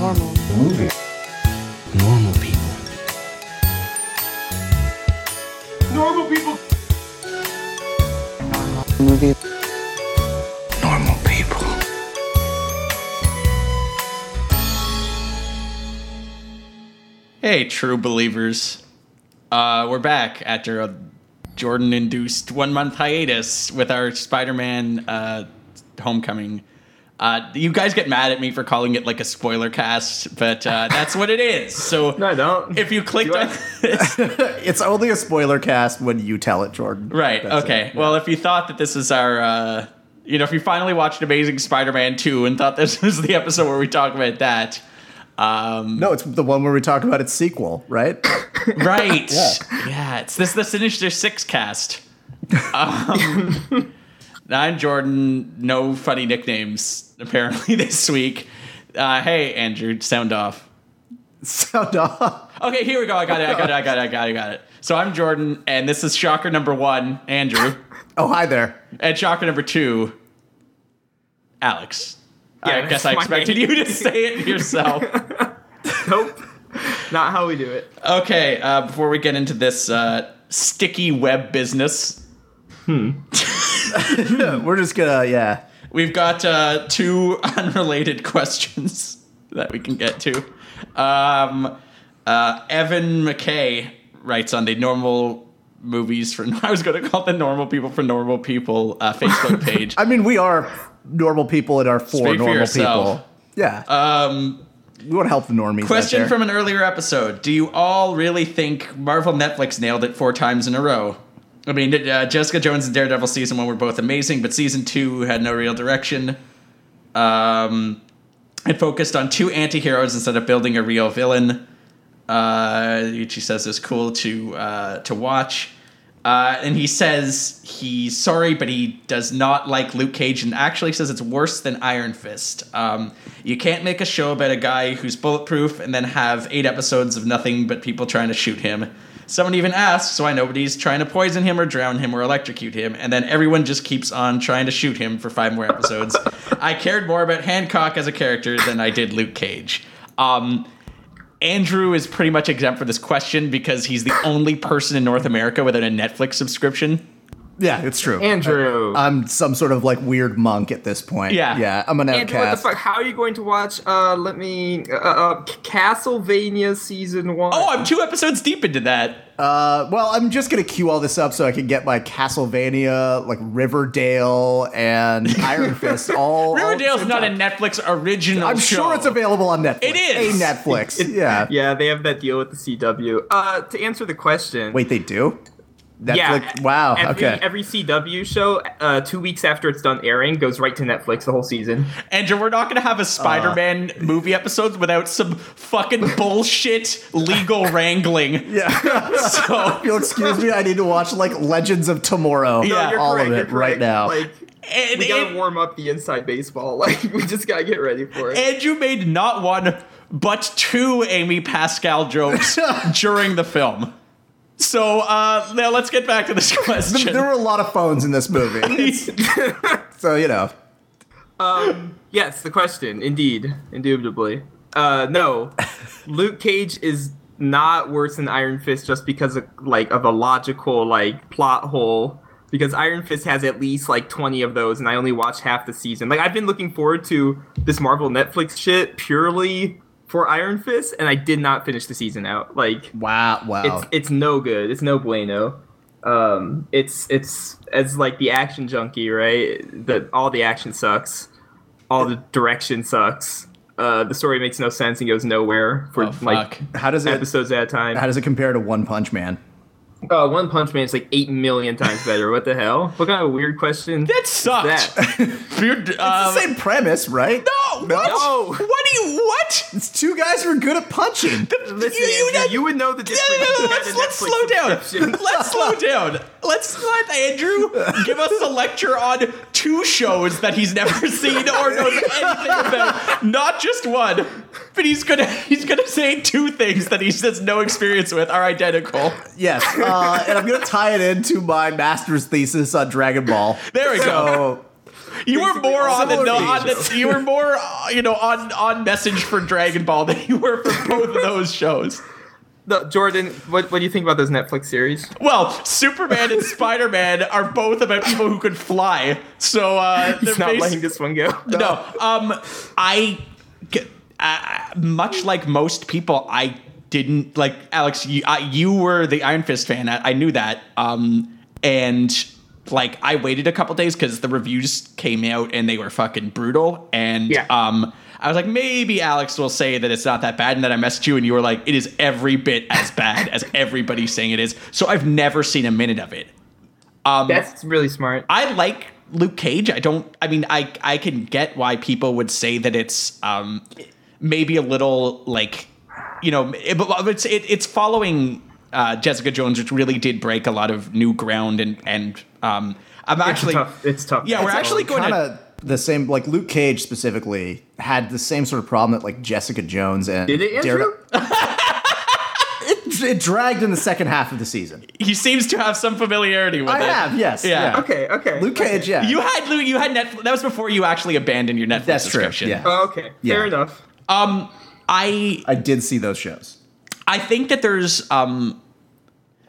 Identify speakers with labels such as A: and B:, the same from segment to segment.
A: normal.
B: Movie.
C: Normal people.
B: Normal people.
A: Movie.
C: Normal people.
D: Hey, true believers. Uh, we're back after a Jordan induced one month hiatus with our Spider Man uh, homecoming. Uh, you guys get mad at me for calling it like a spoiler cast, but uh, that's what it is. So
E: No, I don't.
D: if you clicked
E: Do I-
D: on this.
F: It's only a spoiler cast when you tell it, Jordan.
D: Right.
F: That's
D: okay.
F: it.
D: Well, if you thought that this is our, uh, you know, if you finally watched Amazing Spider-Man two and thought this was the episode where we talk about that, um,
F: No, it's the one where we talk about its sequel, right?
D: right? yeah. It's this the Sinister Six cast. Um, now I'm Jordan. No funny nicknames apparently this week. Uh, hey, Andrew, sound off.
F: Sound off.
D: Okay, here we go. I got it. I got it. I got it. I got it. I got it. So I'm Jordan, and this is shocker number one, Andrew,
F: Oh, hi there.
D: and shocker number two, Alex.
E: Yeah,
D: I guess
E: that's
D: I
E: my
D: expected you
E: name.
D: to say it yourself.
E: Nope. Not how we do it.
D: okay, uh, before we get into this uh, sticky web business,
F: We're just gonna, yeah.
D: we've got uh, two unrelated questions that we can get to. Um, uh, Evan McKay writes on the normal movies for I was going to call it the normal people for normal people uh, Facebook page.
F: I mean, we are normal people and are for
D: Speak for
F: normal
D: yourself.
F: people. Yeah.
D: um,
F: we want to help the normies. out
D: question
F: there.
D: from an earlier episode: Do you all really think Marvel Netflix nailed it four times in a row? I mean, uh, Jessica Jones and Daredevil season one were both amazing, but season two had no real direction. Um, it focused on two anti-heroes instead of building a real villain, uh, which he says is cool to uh, to watch. Uh, and he says he's sorry, but he does not like Luke Cage, and actually says it's worse than Iron Fist. Um, you can't make a show about a guy who's bulletproof and then have eight episodes of nothing but people trying to shoot him. Someone even asks why nobody's trying to poison him or drown him or electrocute him, and then everyone just keeps on trying to shoot him for five more episodes. I cared more about Hancock as a character than I did Luke Cage. Um, Andrew is pretty much exempt for this question because he's the only person in North America without a Netflix subscription.
F: Yeah, it's true.
E: Andrew.
F: I'm some sort of like weird monk at this point.
D: Yeah.
F: Yeah. I'm an
E: Andrew, what the
F: outcast.
E: fuck? How are you going to watch? Uh, let me. Uh, uh, Castlevania season one.
D: Oh, I'm two episodes deep into that.
F: Uh, well, I'm just gonna queue all this up so I can get my Castlevania, like Riverdale and Iron Fist. All all at the
D: Riverdale's
F: same
D: not a
F: time.
D: Netflix original.
F: I'm sure
D: show.
F: it's available on Netflix.
D: It is.
F: a Netflix. yeah.
E: yeah, they have that deal with the CW. Uh, to answer the question.
F: Wait, they do. Netflix.
E: Yeah.
F: Wow.
E: Every,
F: okay.
E: Every CW show, uh, two weeks after it's done airing, goes right to Netflix the whole season.
D: Andrew, we're not going to
F: Uh,
D: have a Spider Man movie episode without some fucking bullshit legal wrangling.
F: yeah.
D: So,
F: Oh, If You'll excuse me. I need to watch like Legends of Tomorrow.
D: No, Yeah,
E: Oh, you're
F: all
E: correct,
F: of
E: you're
F: it right
E: correct.
F: now.
E: Like,
D: and,
E: we gotta
D: and-
E: warm up the inside baseball. Like, we just gotta get ready for it.
D: Andrew made not one, but two Amy Pascal jokes during the film. So, uh, now let's get back to this
F: Th-
D: question.
F: there were a lot of phones in this movie, so you know.
E: Yes, the question, indeed, indubitably. Uh, no, Luke Cage is not worse than Iron Fist just because of like of a logical like plot hole. Because Iron Fist has at least like twenty of those, and I only watched half the season. Like I've been looking forward to this Marvel Netflix shit purely for Iron Fist, and I did not finish the season out. Like
F: Wow. Wow.
E: it's
D: Oh.
E: it's no good. It's no bueno. Um, it's it's as like the action junkie, right? That all the action sucks, all the direction sucks. Uh, the story makes no sense and goes nowhere for
D: Oh,
E: like
D: fuck.
F: how does it?
E: episodes at a time.
F: How does it compare to One Punch Man?
E: Uh, One Punch Man is like eight million times better. What the hell? What kind of weird question?
D: That sucked.
E: that?
D: Dude,
F: It's
D: um,
F: the same premise, right?
D: No, what?
E: No.
D: What do you what?
F: It's two guys who are good at punching.
E: Listen,
D: You- you
E: Andrew,
D: not-
E: you would know the
D: No,
E: difference.
D: no,
E: if
D: no,
E: you had
D: let's,
E: a
D: let's
E: Netflix
D: slow down.
E: subscription.
D: Let's slow down. Let's let Andrew give us a lecture on two shows that he's never seen or knows anything about. Not just one, but he's gonna he's gonna say two things that he has no experience with are identical.
F: Yes, uh, and I'm gonna tie it into my master's thesis on Dragon Ball.
D: There we go.
F: So
D: You were
E: basically
D: more
E: all
D: on the,
E: the
D: no,
E: TV
D: on the you were more uh, you know on on message for Dragon Ball than you were for both of those shows.
E: No, Jordan, what, what do you think about those Netflix series?
D: Well, Superman and Spider Man are both about people who could fly, so uh, they're
E: He's not
D: basi-
E: letting this one go.
D: no. Um, I, g- uh, much like most people, I didn't like Alex. You, I, you were the Iron Fist fan. I, I knew that. Um, and like I waited a couple days because the reviews came out and they were fucking brutal. And
E: Yeah.
D: um, I was like, maybe Alex will say that it's not that bad. And then I messaged you and you were like, it is every bit as bad as everybody's saying it is. So I've never seen a minute of it. Um,
E: That's really smart.
D: I like Luke Cage. I don't. I mean, I I can get why people would say that it's um maybe a little like you know, it, but it's it, it's following uh, Jessica Jones, which really did break a lot of new ground and and um I'm actually
E: it's tough. It's tough.
D: yeah we're
E: It's tough.
D: actually going
F: kind
D: to.
F: of the same. Like Luke Cage specifically had the same sort of problem that like Jessica Jones and
E: Did it, Andrew?
F: Darede- it, it dragged in the second half of the season.
D: He seems to have some familiarity with
F: I
D: it.
F: have, yes,
D: Yeah.
F: yeah.
E: Okay, okay.
F: Luke Cage, yeah,
D: You had Luke. You had Netflix. That was before you actually abandoned your Netflix
F: that's true.
D: subscription.
F: Yeah,
E: Oh, okay.
F: Yeah.
E: Fair enough.
D: Um, I
F: I did see those shows.
D: I think that there's um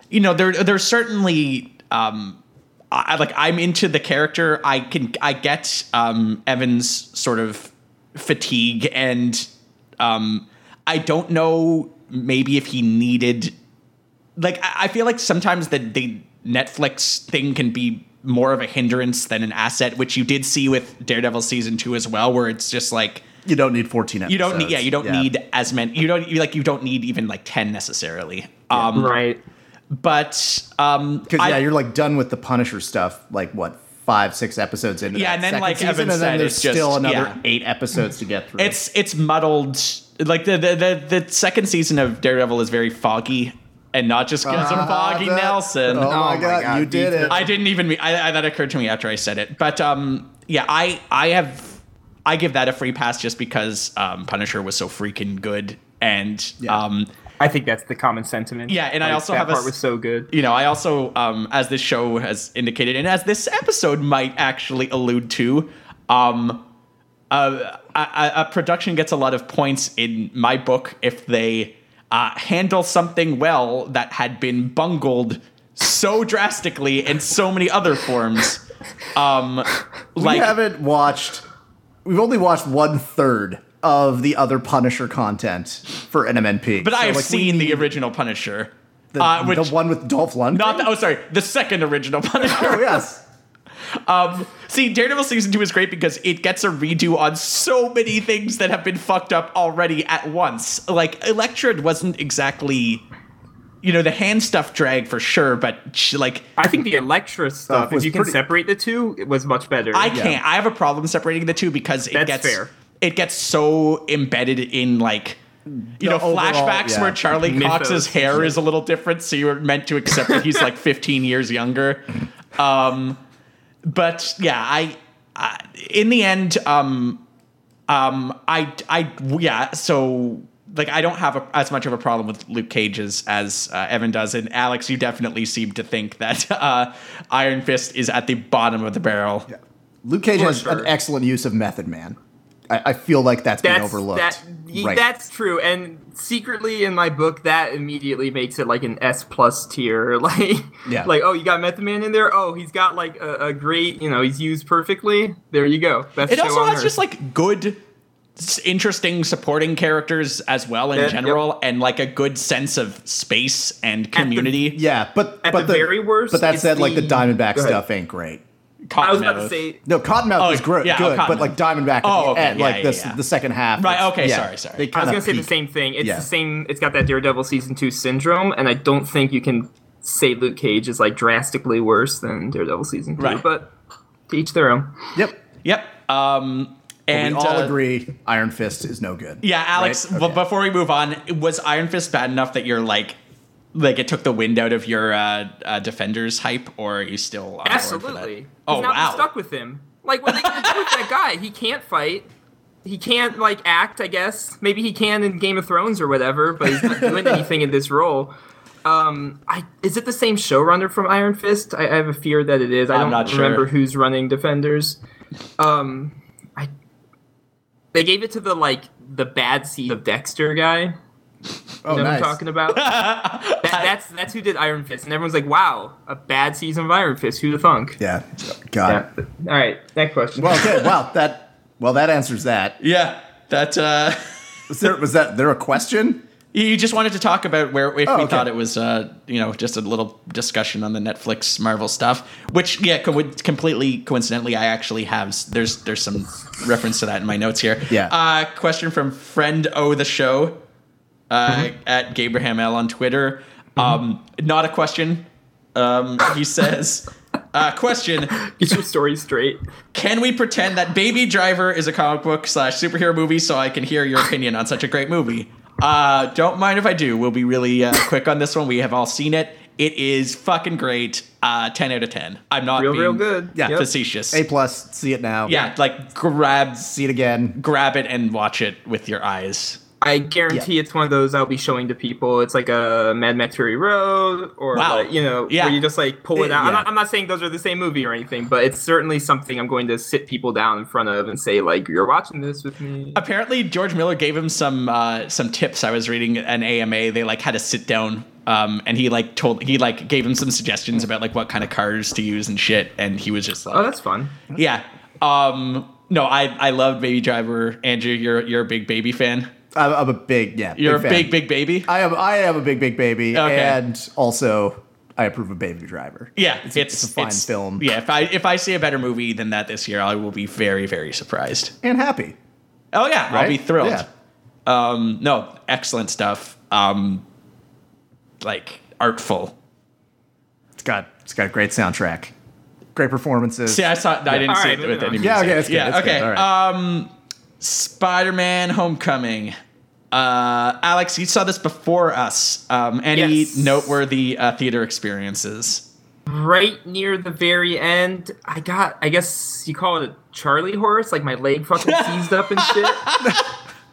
D: you know there there's certainly um I I- like I'm into the character. I can I get um Evan's sort of fatigue and um I don't know maybe if he needed like I I feel like sometimes the the Netflix thing can be more of a hindrance than an asset, which you did see with Daredevil season two as well, where it's just like
F: You don't need fourteen. Episodes.
D: you don't need yeah you don't need as many you don't you like you don't need even like 10 necessarily um
E: Right.
D: but um
F: because
D: I-
F: yeah, you're like done with the Punisher stuff. Like what five, six episodes into
D: Yeah,
F: that
D: and then,
F: second
D: like
F: season,
D: Evan
F: and
D: said,
F: then there's
D: it's just-
F: still another
D: yeah.
F: eight episodes to get through.
D: it's it's muddled like the the, the the second season of daredevil is very foggy and not just because of foggy
F: Ah, that-
D: nelson
F: Oh, my, god, you did it!
D: I didn't even. I, I that occurred to me after I said it. But um, yeah, I I have I give that a free pass just because um, Punisher was so freaking good, and
F: Yeah.
D: um,
E: I think that's the common sentiment.
D: Yeah, and I also
E: that
D: have a
E: part
D: s-
E: was so good.
D: you know, I also um, as this show has indicated, and as this episode might actually allude to, um, uh, a, a, a production gets a lot of points in my book if they uh, handle something well that had been bungled so drastically in so many other forms. Um,
F: we
D: like
F: haven't watched. We've only watched one third of the other Punisher content for NMNP.
D: But I have
F: like, we
D: seen the
F: need
D: original Punisher.
F: the,
D: uh, which,
F: the one with Dolph Lundgren.
D: not the, oh sorry, the second original Punisher.
F: oh yes,
D: Um, see, Daredevil season two is great because it gets a redo on so many things that have been fucked up already at once. Like Elektra wasn't exactly, you know, the hand stuff drag for sure, but she, like
E: I think the Electra stuff, if
F: was
E: you can
F: pretty-
E: separate the two, it was much better.
D: I can't. I have a problem separating the two because it
E: That's
D: gets
E: fair.
D: it gets so embedded in like you know
F: overall-
D: flashbacks
F: yeah.
D: where Charlie
E: Mythos.
D: Cox's hair is a little different, so you were meant to accept that he's like 15 years younger. Um, but yeah, I, I in the end, um, um, I, I, yeah, so. Like I don't have a, as much of a problem with Luke Cage's as uh, Evan does, and Alex, you definitely seem to think that uh, Iron Fist is at the bottom of the barrel.
F: Luke Cage
E: For
F: has
E: sure.
F: an excellent use of Method Man. I, I feel like that's been
E: That's
F: overlooked.
E: That, y-
F: right.
E: That's true. And secretly in my book, that immediately makes it like an S plus tier. Like,
F: Yeah.
E: like oh, you got Method Man in there. Oh, he's got like a, a great, you know, he's used perfectly. There you go. Best
D: It
E: show
D: also
E: on
D: has
E: Earth.
D: just like good, s- interesting supporting characters as well in
E: Yeah, yep.
D: general, and like a good sense of space and community.
F: yeah, but
E: At
F: but
E: the very worst,
F: But that
E: it's
F: said, like the
E: the-
F: Diamondback
E: Go ahead.
F: stuff ain't great.
E: I was about to
D: Cottonmouth.
E: say.
F: No, Cottonmouth
D: Oh,
F: is gro-
D: yeah, oh,
F: good,
D: Cottonmouth.
F: but like Diamondback
D: Oh,
F: at
D: okay,
F: the end,
D: yeah,
F: like
D: yeah,
F: this,
D: yeah.
F: the second half.
D: Right,
F: it's-
D: okay,
F: yeah,
D: sorry, sorry.
F: They
E: I
F: kind
E: was
F: of
E: gonna say the same thing. It's
F: Yeah.
E: the same. It's got that Daredevil season two syndrome, and I don't think you can say Luke Cage is like drastically worse than Daredevil season two.
D: Right.
E: But to each their own.
F: Yep.
D: Yep. Um, and
F: we all
D: uh,
F: agree Iron Fist is no good.
D: Yeah, Alex.
F: Right?
D: b-
F: Okay.
D: before we move on, was Iron Fist bad enough that you're like, like it took the wind out of your uh, uh, defenders hype, or are you still on board for that?
E: Absolutely.
D: Oh
E: Because now
D: wow.
E: we're stuck with him. Like what are they gonna do with that guy? He can't fight. He can't like act. I guess maybe he can in Game of Thrones or whatever, but he's not doing anything in this role. Um, I, is it the same showrunner from Iron Fist? I, I have a fear that it is. I
D: I'm
E: don't
D: not sure.
E: remember who's running Defenders. Um, I they gave it to the like the bad seed of Dexter guy.
F: Oh,
E: you know
F: nice.
E: what I'm talking about? That- that's that's who did Iron Fist, and everyone's like, "Wow, a bad season of Iron Fist. Who the thunk?"
F: Yeah. God.
E: Yeah. All right, next question.
F: Well, okay. Wow. That. Well, that answers that.
D: yeah, that uh,
F: Was there? Was that there a question?
D: you just wanted to talk about where if
F: Oh,
D: we
F: okay.
D: thought it was, uh, you know, just a little discussion on the Netflix Marvel stuff, which yeah, co- would- completely coincidentally, I actually have s- there's there's some reference to that in my notes here.
F: Yeah.
D: Uh, question from friend O the show uh,
F: Mm-hmm.
D: at Gabraham L on Twitter. Um, not a question. Um, he says, uh, question.
E: Get your story straight.
D: Can we pretend that Baby Driver is a comic book slash superhero movie so I can hear your opinion on such a great movie? Uh, don't mind if I do. We'll be really uh, quick on this one. We have all seen it. It is fucking great. Uh, 10 out of 10. I'm not
E: Real,
D: being
E: real good.
F: Yeah,
E: Yep.
D: facetious.
F: A plus. See it now.
D: yeah, like grab
F: See it again.
D: grab it and watch it with your eyes.
E: I guarantee it's one of those I'll be showing to people. It's like a Mad Max Fury Road, or
D: Wow.
E: like, you know,
D: Yeah.
E: where you just like pull it
F: It-
E: out. I'm,
F: yeah.
E: not, I'm not saying those are the same movie or anything, but it's certainly something I'm going to sit people down in front of and say like, "You're watching this with me."
D: Apparently, George Miller gave him some uh, some tips. I was reading an AMA. They like had to sit down, um, and he like told he like gave him some suggestions about like what kind of cars to use and shit. And he was just like,
E: Oh, that's fun.
D: Yeah. Um no, I I loved Baby Driver. Andrew, you're you're a big baby fan.
F: I'm, I'm a big. Yeah.
D: You're
F: fan. Uh,
D: a big big baby.
F: I am. I am a big, big baby,
D: Okay.
F: and also I approve of Baby Driver.
D: yeah, it's
F: it's a fine film.
D: Yeah, if I if I see a better movie than that this year, I will be very very surprised.
F: And happy.
D: Oh yeah, I'll be
F: Right?
D: thrilled.
F: Yeah.
D: Um no, excellent stuff. Um like artful.
F: It's got. It's got a great soundtrack. Great performances.
D: See, I saw I didn't
E: All
D: see
E: right,
D: it with
E: moving
D: any music.
E: on.
F: Yeah, okay, that's good,
D: Yeah,
F: that's good,
D: okay.
F: all
D: Um Spider-Man Homecoming. Uh, Alex, you saw this before us. Um, any
E: Yes.
D: noteworthy uh, theater experiences?
E: Right near the very end, I got. I guess you call it a Charlie horse. Like my leg fucking seized up and shit.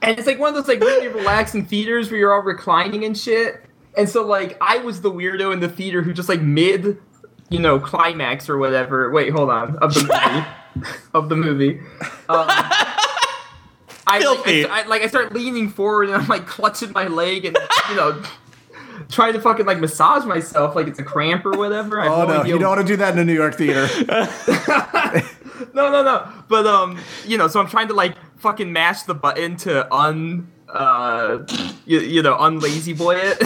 E: And it's like one of those like really relaxing theaters where you're all reclining and shit. And so like I was the weirdo in the theater who just like mid, you know, climax or whatever. Wait, hold on. Of the movie, of the movie. Um, I, like, I,
D: Filthy.
E: I- like I start leaning forward and I'm like clutching my leg and you know. Trying to fucking like massage myself like it's a cramp or whatever. I have
F: Oh no!
E: idea
F: You don't want to do that in a New York theater.
E: no, no, no. But um, you know, so I'm trying to like fucking mash the button to un uh, you, you know, unlazy boy it,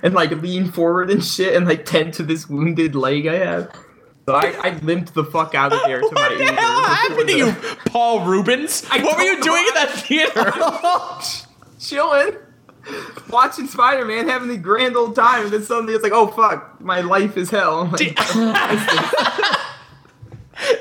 E: and like lean forward and shit, and like tend to this wounded leg I have. So I, I limped the fuck out of there to my
D: What the
E: Uber.
D: hell happened to you, Paul Rubens?
E: I
D: what were you
E: don't
D: doing
E: know.
D: in that theater?
F: Oh,
E: Chilling, watching Spider Man, having the grand old time, and then suddenly it's like, oh fuck, my life is hell. Like,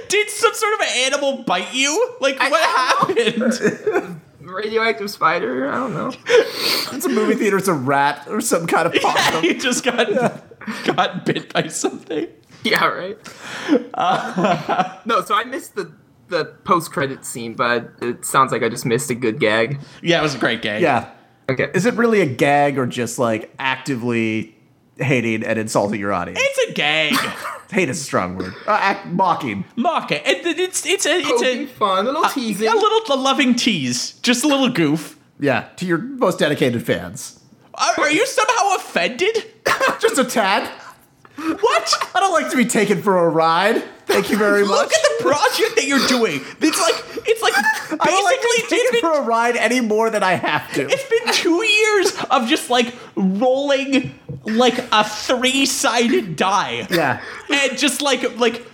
D: Did some sort of animal bite you? Like,
E: I-
D: what
E: I
D: happened?
E: radioactive spider. I don't know.
F: it's a movie theater. It's a rat or some kind of possum.
D: you just got got bit by something.
E: Yeah, right. no, so I missed the the post credit scene, but it sounds like I just missed a good gag.
D: Yeah, it was a great game.
F: Yeah.
E: Okay.
F: Is it really a gag or just like actively hating and insulting your audience?
D: It's a gang.
F: Hate is a strong word. Uh, act, mocking.
D: Mock it. It- It's it's a it's
E: Poking
D: a,
E: fun, a little teasing.
D: a little a loving tease, just a little goof.
F: Yeah, to your most dedicated fans.
D: Are, are you somehow offended?
F: Just a tad.
D: What?
F: I don't like to be taken for a ride. Thank you very much.
D: Look at the project that you're doing. It's like it's like basically
F: I don't like to be
D: it's
F: taken
D: been
F: for a ride any more than I have to.
D: It's been two years of just like rolling like a three-sided die.
F: Yeah.
D: And just like like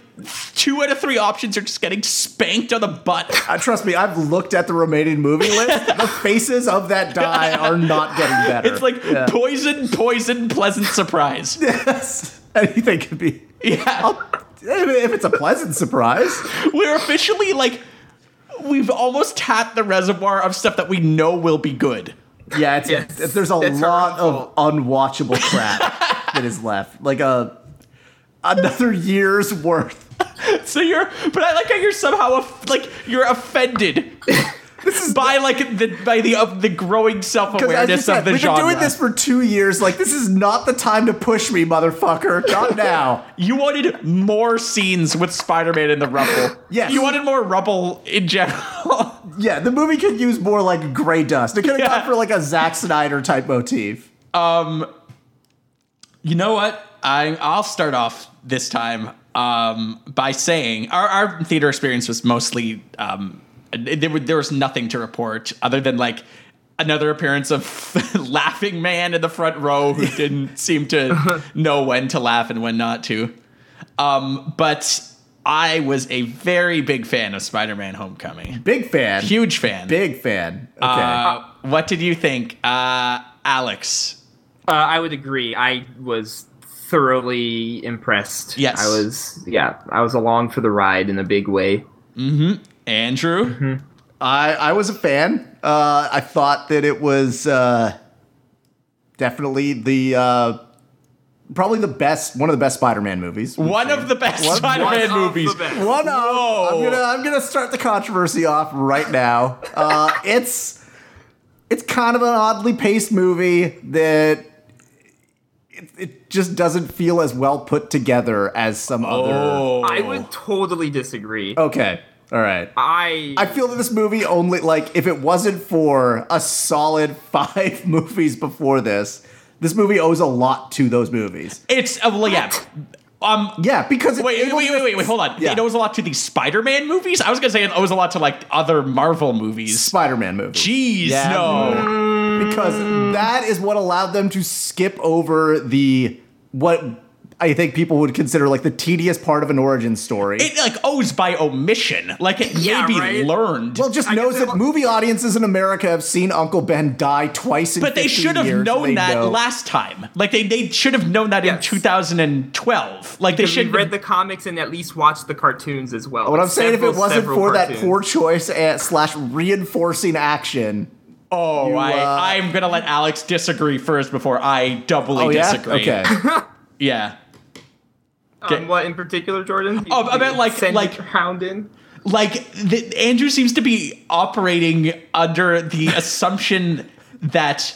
D: two out of three options are just getting spanked on the butt.
F: Uh, trust me, I've looked at the remaining movie list. the faces of that die are not getting better.
D: It's like
F: Yeah.
D: poison, poison, pleasant surprise.
F: yes, anything could be.
D: yeah.
F: I'll- if it's a pleasant surprise,
D: We're officially like we've almost tapped the reservoir of stuff that we know will be good.
F: Yeah, it's,
E: Yes.
F: it's- there's a
E: It's
F: lot
E: horrible.
F: of unwatchable crap that is left. Like a another year's worth.
D: So you're but I like how you're somehow aff- like you're offended. by like the by the of the growing self awareness of the
F: we've
D: genre.
F: been doing this for two years. Like, this is not the time to push me, motherfucker. Not now.
D: You wanted more scenes with Spider-Man in the rubble.
F: Yes.
D: You wanted more rubble in general.
F: yeah, the movie could use more like gray dust. It could have
D: Yeah.
F: gone for like a Zack Snyder type motif.
D: you know what? I I'll start off this time um, by saying our our theater experience was mostly um, there were, there was nothing to report other than like another appearance of laughing man in the front row who didn't seem to know when to laugh and when not to. Um, but I was a very big fan of Spider-Man: Homecoming.
F: Big fan.
D: Huge fan.
F: Big fan. Okay.
D: Uh, what did you think, uh, Alex?
E: Uh, I would agree. I was thoroughly impressed.
D: Yes.
E: I was. Yeah, I was along for the ride in a big way.
D: Andrew?
F: Mm-hmm. I, I was a fan. Uh, I thought that it was uh, definitely the uh, probably the best one of the best Spider-Man movies.
D: One of the best
F: One-
D: Spider-Man
E: one of the
D: movies.
E: best.
F: One of
D: Whoa.
F: I'm gonna I'm gonna start the controversy off right now. Uh, it's it's kind of an oddly paced movie that it, it just doesn't feel as well put together as some
D: Oh,
E: I would totally disagree.
F: other. Okay, all right.
E: I.
F: Oh. I feel that this movie only like if it wasn't for a solid five movies before this, this movie owes a lot to those movies.
D: It's uh, well, yeah. Um,
F: Yeah, because it-
D: wait,
F: it
D: wait, wait,
F: was-
D: wait, wait, hold on.
F: Yeah.
D: It owes a lot to the Spider-Man movies. I was gonna say it owes a lot to like other Marvel movies.
F: Spider-Man movie.
D: Jeez,
F: Yeah.
D: no.
F: because that is what allowed them to skip over the what I think people would consider like the tedious part of an origin story.
D: It like owes by omission. Like it
E: Yeah,
D: may be
E: right?
D: learned.
F: well, just
E: I guess
F: knows
E: they
F: that
E: wa-
F: movie audiences in America have seen Uncle Ben die twice in
D: but they
F: 50
D: should have
F: years,
D: known
F: they
D: that
F: know.
D: last time. Like they, they should have known that in
E: Yes.
D: 2012. Like they
E: If you
D: should
E: read the comics and at least watch the cartoons as well.
F: What I'm saying, if it
E: Several,
F: wasn't
E: several
F: for that
E: cartoons.
F: poor choice and slash reinforcing action,
D: Oh, I,
F: uh,
D: I'm gonna let Alex disagree first before I doubly
F: oh yeah,
D: disagree.
F: okay,
D: Yeah.
E: Um, what in particular, Jordan?
D: Oh, I meant like-
E: Send
D: like-
E: it hound in.
D: like the, Andrew seems to be operating under the assumption that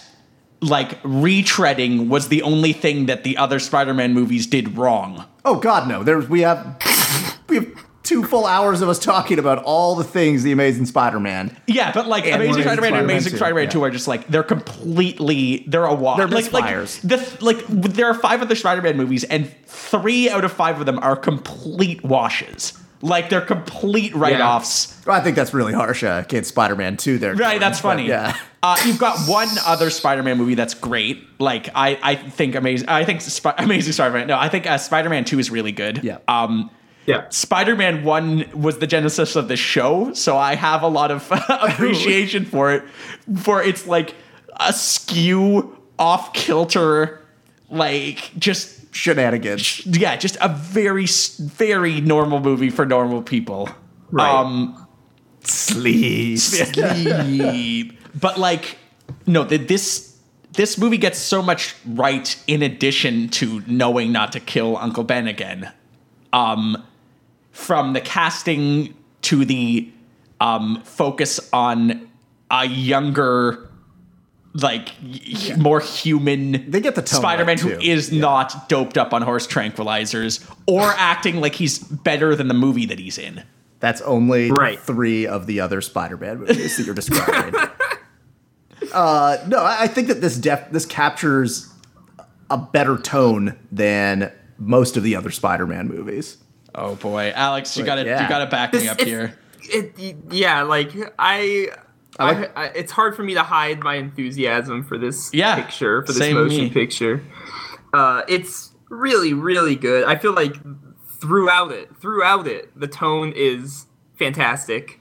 D: like retreading was the only thing that the other Spider-Man movies did wrong.
F: oh god, no, there's we have we have two full hours of us talking about all the things the Amazing Spider-Man.
D: Yeah, but like
F: And
D: Amazing
F: Amazing
D: Spider-Man and
F: Spider-Man
D: Amazing
F: two,
D: Spider-Man
F: yeah.
D: 2 are just like they're completely they're a wash.
F: They're
D: like, like
F: misfires.
D: the th- like w- there are 5 other Spider-Man movies and 3 out of 5 of them are complete washes. Like they're complete write-offs.
F: Well, I think that's really harsh uh, against Spider-Man 2 there.
D: Right, that's
F: But,
D: funny.
F: yeah.
D: uh, you've got one other Spider-Man movie that's great. Like I, I think amazing. I think Sp- amazing Spider-Man. No, I think uh, Spider-Man Two is really good.
F: Yeah.
D: Um,
E: Yeah.
D: Spider-Man One was the genesis of the show, so I have a lot of appreciation for it. For its like askew, off kilter, like just
F: Shenanigans.
D: yeah, just a very s- very normal movie for normal people.
E: Right.
D: Um,
F: Sleep.
D: sleep. but like, no, th- this this movie gets so much right in addition to knowing not to kill Uncle Ben again. Um, from the casting to the um, focus on a younger, like y- more human.
F: They get the tone right,
D: Spider-Man who
F: too.
D: is not doped up on horse tranquilizers or acting like he's better than the movie that he's in.
F: That's only
E: Right.
F: three of the other Spider-Man movies that you're describing. uh, no, I I think that this def- this captures a better tone than most of the other Spider-Man movies.
D: Oh boy, Alex, you
F: But,
D: gotta
F: yeah.
D: you gotta back me
E: This-
D: up
E: it's-
D: here.
E: It, yeah, like I,
F: I
E: I,
F: like-
E: I, it's hard for me to hide my enthusiasm for this
D: Yeah,
E: picture, for this
D: same
E: motion
D: me.
E: picture. Uh, it's really, really good. I feel like throughout it, throughout it, the tone is fantastic.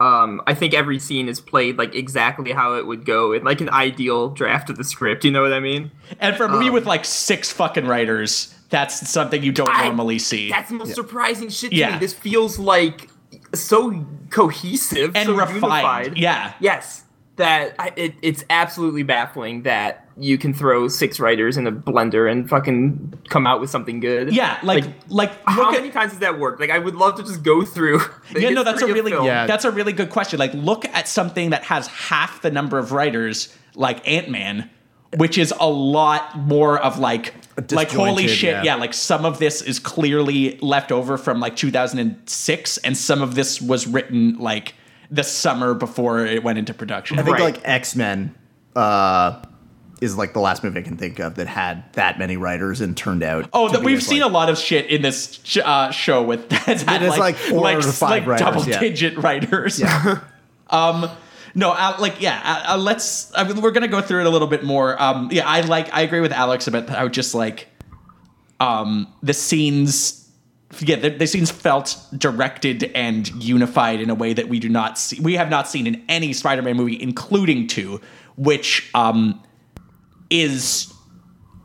E: Um, I think every scene is played like exactly how it would go in like an ideal draft of the script. You know what I mean?
D: And for a
E: Um,
D: movie with like six fucking writers, that's something you don't
E: I-
D: normally see.
E: That's the most surprising shit to
D: Yeah.
E: me. This feels like so cohesive
D: and
E: so
D: refined.
E: unified.
D: Yeah.
E: Yes. that I, it, it's absolutely baffling that you can throw six writers in a blender and fucking come out with something good.
D: Yeah, like like,
E: how
D: look
E: many
D: at,
E: times does that work? Like, I would love to just go through. the
D: yeah, no, that's a
E: history of
D: really
E: film.
A: Yeah.
D: that's a really good question. Like look at something that has half the number of writers like Ant-Man, which is a lot more of like like holy
A: disjointed,
D: shit,
A: yeah.
D: yeah, like some of this is clearly left over from like 2006 and some of this was written like the summer before it went into production.
F: I think
E: Right.
F: like X Men uh, is like the last movie I can think of that had that many writers and turned out.
D: Oh,
F: to
D: that
F: be
D: we've
F: as,
D: seen
F: like,
D: a lot of shit in this sh- uh, show with that,
F: is like four or
D: s-
F: five writers,
D: double
F: yeah.
D: digit writers. um, no, uh, like yeah, uh, uh, let's. I mean, we're gonna go through it a little bit more. Um, yeah, I like. I agree with Alex about how just like, um, the scenes. Yeah, the, the scenes felt directed and unified in a way that we do not see. We have not seen in any Spider-Man movie, including two, which um, is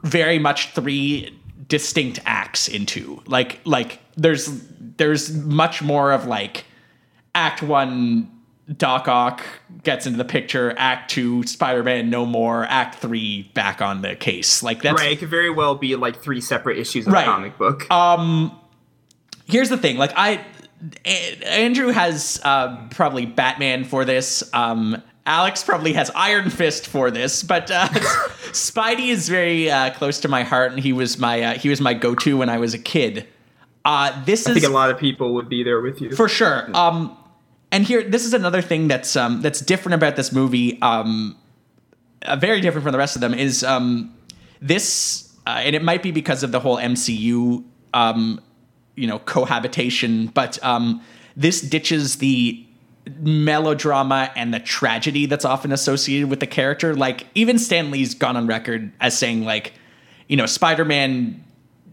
D: very much three distinct acts into like like there's there's much more of like act one doc ock gets into the picture act two spider-man no more act three back on the case like that's
E: Right, it could very well be like three separate issues of
D: Right. Uh,
E: a comic book.
D: here's the thing like i A- andrew has uh, probably batman for this um alex probably has iron fist for this but uh, spidey is very uh, close to my heart and he was my uh, he was my go-to when i was a kid uh this
E: I
D: is
E: think a lot of people would be there with you.
D: for sure. Um, and here, this is another thing that's um, that's different about this movie. Um, uh, very different from the rest of them is um, this, uh, and it might be because of the whole MCU, um, you know, cohabitation. But um, this ditches the melodrama and the tragedy that's often associated with the character. Like even Stan Lee's gone on record as saying like, you know, Spider-Man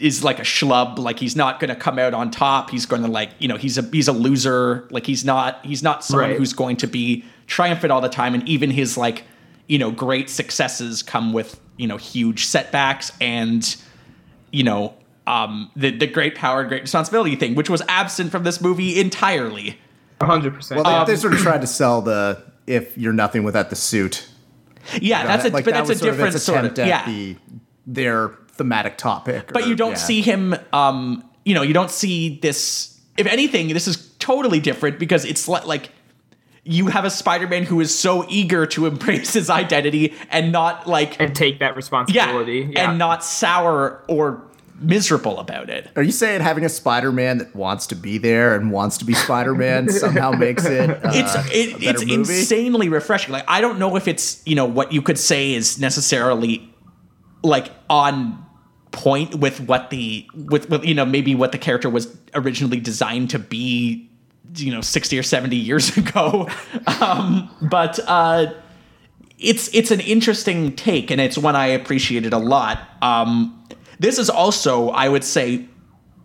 D: is like a schlub, like he's not going to come out on top. He's going to like, you know, he's a he's a loser. Like he's not he's not someone
E: Right.
D: who's going to be triumphant all the time and even his like, you know, great successes come with, you know, huge setbacks and you know, um, the the great power, and great responsibility thing, which was absent from this movie entirely.
E: 100%.
F: Well, they, they sort of
D: um,
F: tried to sell the if you're nothing without the suit.
D: Yeah, that's a
F: Like,
D: but
F: that
D: that's
F: was
D: a
F: sort of its
D: different sort of
F: attempt at
D: yeah.
F: the, their thematic topic.
D: but
F: or-
D: you don't
F: yeah.
D: see him. Um, you know, you don't see this. If anything, this is totally different because it's li- like you have a Spider-Man who is so eager to embrace his identity and not like
E: and take that
D: yeah,
E: responsibility. Yeah.
D: and not sour or miserable about it.
F: Are you saying having a Spider-Man that wants to be there and wants to be Spider-Man somehow makes it? Uh,
D: it's
F: a
D: it,
F: better
D: it's
F: movie?
D: insanely refreshing. Like I don't know if it's you know what you could say is necessarily like on point with what the with, with you know maybe what the character was originally designed to be you know 60 or 70 years ago um but uh it's it's an interesting take and it's one i appreciated a lot um this is also i would say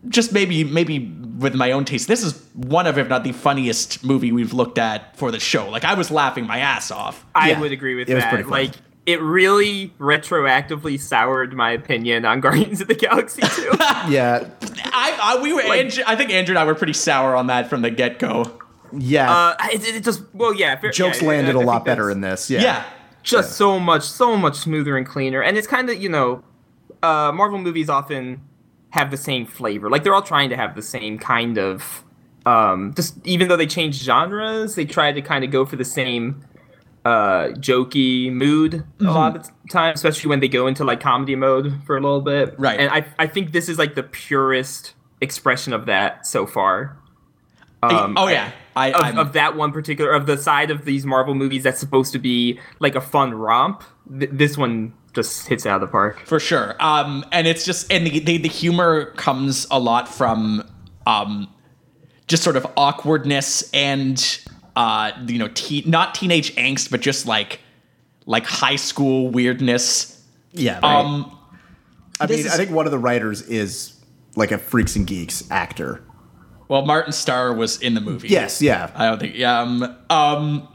D: just maybe maybe with my own taste, this is one of, if not the funniest movie we've looked at for the show. Like I was laughing my ass off.
E: I
F: Yeah.
E: would agree with
F: It was
E: that.
F: pretty funny.
E: like it really retroactively soured my opinion on Guardians of the Galaxy Uh, 2.
F: yeah,
D: I, I we were Andrew, I think Andrew and I were pretty sour on that from the get go.
F: yeah.
E: uh, it, it just well, yeah. fair-
F: Jokes
E: yeah,
F: landed a
E: I think
F: lot better
E: that's
F: in this.
D: Yeah.
F: Yeah.
E: Just so much, so much smoother and cleaner. And it's kind of you know, uh, Marvel movies often have the same flavor. Like they're all trying to have the same kind of. Um, just even though they change genres, they try to kind of go for the same uh, jokey mood a lot of the time, especially when they go into like comedy mode for a little bit.
D: Right.
E: And I, I think this is like the purest expression of that so far. Um,
D: oh yeah. I,
E: Of,
D: I'm-
E: of that one particular, of the side of these Marvel movies that's supposed to be like a fun romp, th- this one just hits it out of the park.
D: for sure. Um, and it's just and the, the the humor comes a lot from um, just sort of awkwardness and uh, you know, te- not teenage angst, but just like like high school weirdness.
F: Yeah. right.
D: Um,
F: I
D: this
F: mean,
D: is-
F: I think one of the writers is like a Freaks and Geeks actor.
D: Well, Martin Starr was in the movie.
F: Yes, yeah.
D: I don't think. Yeah. Um, um,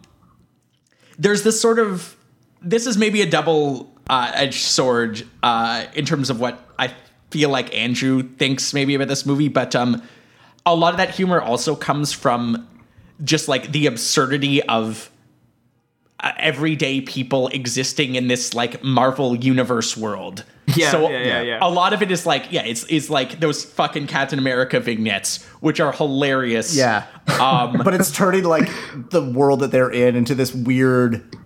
D: there's this sort of. This is maybe a double uh, edged sword uh, in terms of what I feel like Andrew thinks maybe about this movie, but um, a lot of that humor also comes from just like the absurdity of uh, everyday people existing in this like Marvel universe world.
E: Yeah,
D: so
E: yeah, yeah, yeah.
D: a lot of it is like yeah, it's it's like those fucking Captain America vignettes, which are hilarious.
F: Yeah.
D: Um,
F: but it's turning like the world that they're in into this weird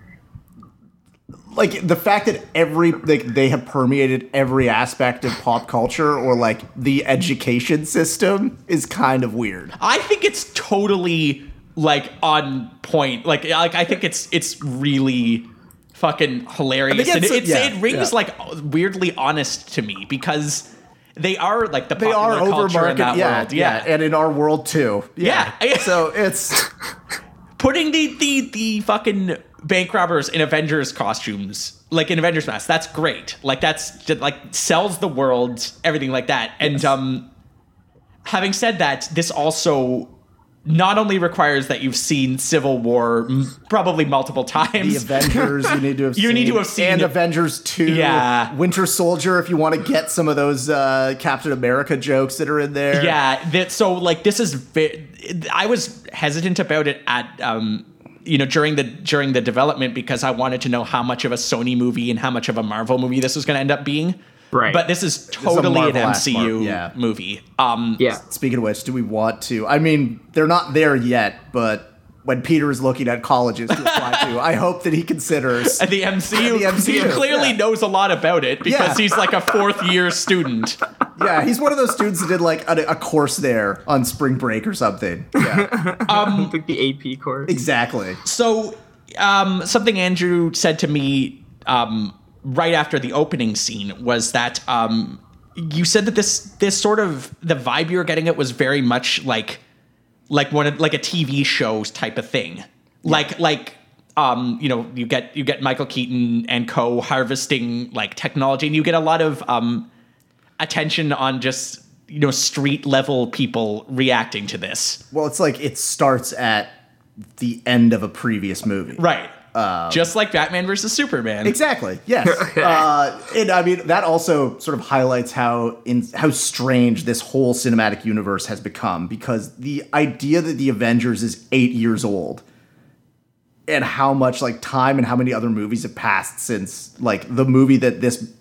F: like the fact that every like they have permeated every aspect of pop culture or like the education system is kind of weird.
D: I think it's totally like on point. Like, like I think it's it's really fucking hilarious.
F: it's-
D: and it, it's,
F: yeah,
D: it rings
F: yeah.
D: like weirdly honest to me because they are like the
F: They
D: popular
F: are over
D: culture in
F: market,
D: that
F: yeah,
D: world.
F: yeah,
D: Yeah,
F: and in our world too.
D: Yeah.
F: so it's
D: putting the the the fucking bank robbers in Avengers costumes, like in Avengers masks. That's great. Like that's that, like sells the world, everything like that. And um, having said that, this also not only requires that you've seen Civil War m- probably multiple
F: the
D: times.
F: Avengers you need to have
D: You
F: seen,
D: need to have seen
F: and
D: it.
F: Avengers 2
D: Yeah.
F: Winter Soldier if you want to get some of those uh, Captain America jokes that are in there.
D: Yeah, that, so like this is ve- I was hesitant about it at um you know during the during the development because I wanted to know how much of a Sony movie and how much of a Marvel movie this was going to end up being.
E: Right.
D: But this is totally an
F: Marvel-esque
D: MCU
F: Mar- yeah.
D: movie. Um
E: Yeah.
F: Speaking of which, do we want to? I mean, they're not there yet, but when Peter is looking at colleges to apply to, I hope that he considers.
D: the MCU,
F: The MCU,
D: he clearly
F: yeah.
D: knows a lot about it because
F: Yeah.
D: he's like a fourth year student.
F: Yeah, he's one of those students that did like a, a course there on spring break or something. Yeah,
D: Um,
E: Took the AP course. Uh,
F: exactly.
D: So, um, something Andrew said to me um, right after the opening scene was that um, you said that this this sort of the vibe you were getting it was very much like like one of, like a TV show type of thing, like like. Um, you know, you get you get Michael Keaton and co harvesting like technology, and you get a lot of um, attention on just you know street level people reacting to this.
F: Well, it's like it starts at the end of a previous movie.
D: Right. Just like Batman versus Superman.
F: Exactly. Yes. uh, and I mean that also sort of highlights how in how strange this whole cinematic universe has become because the idea that the Avengers is eight years old and how much like time and how many other movies have passed since like the movie that this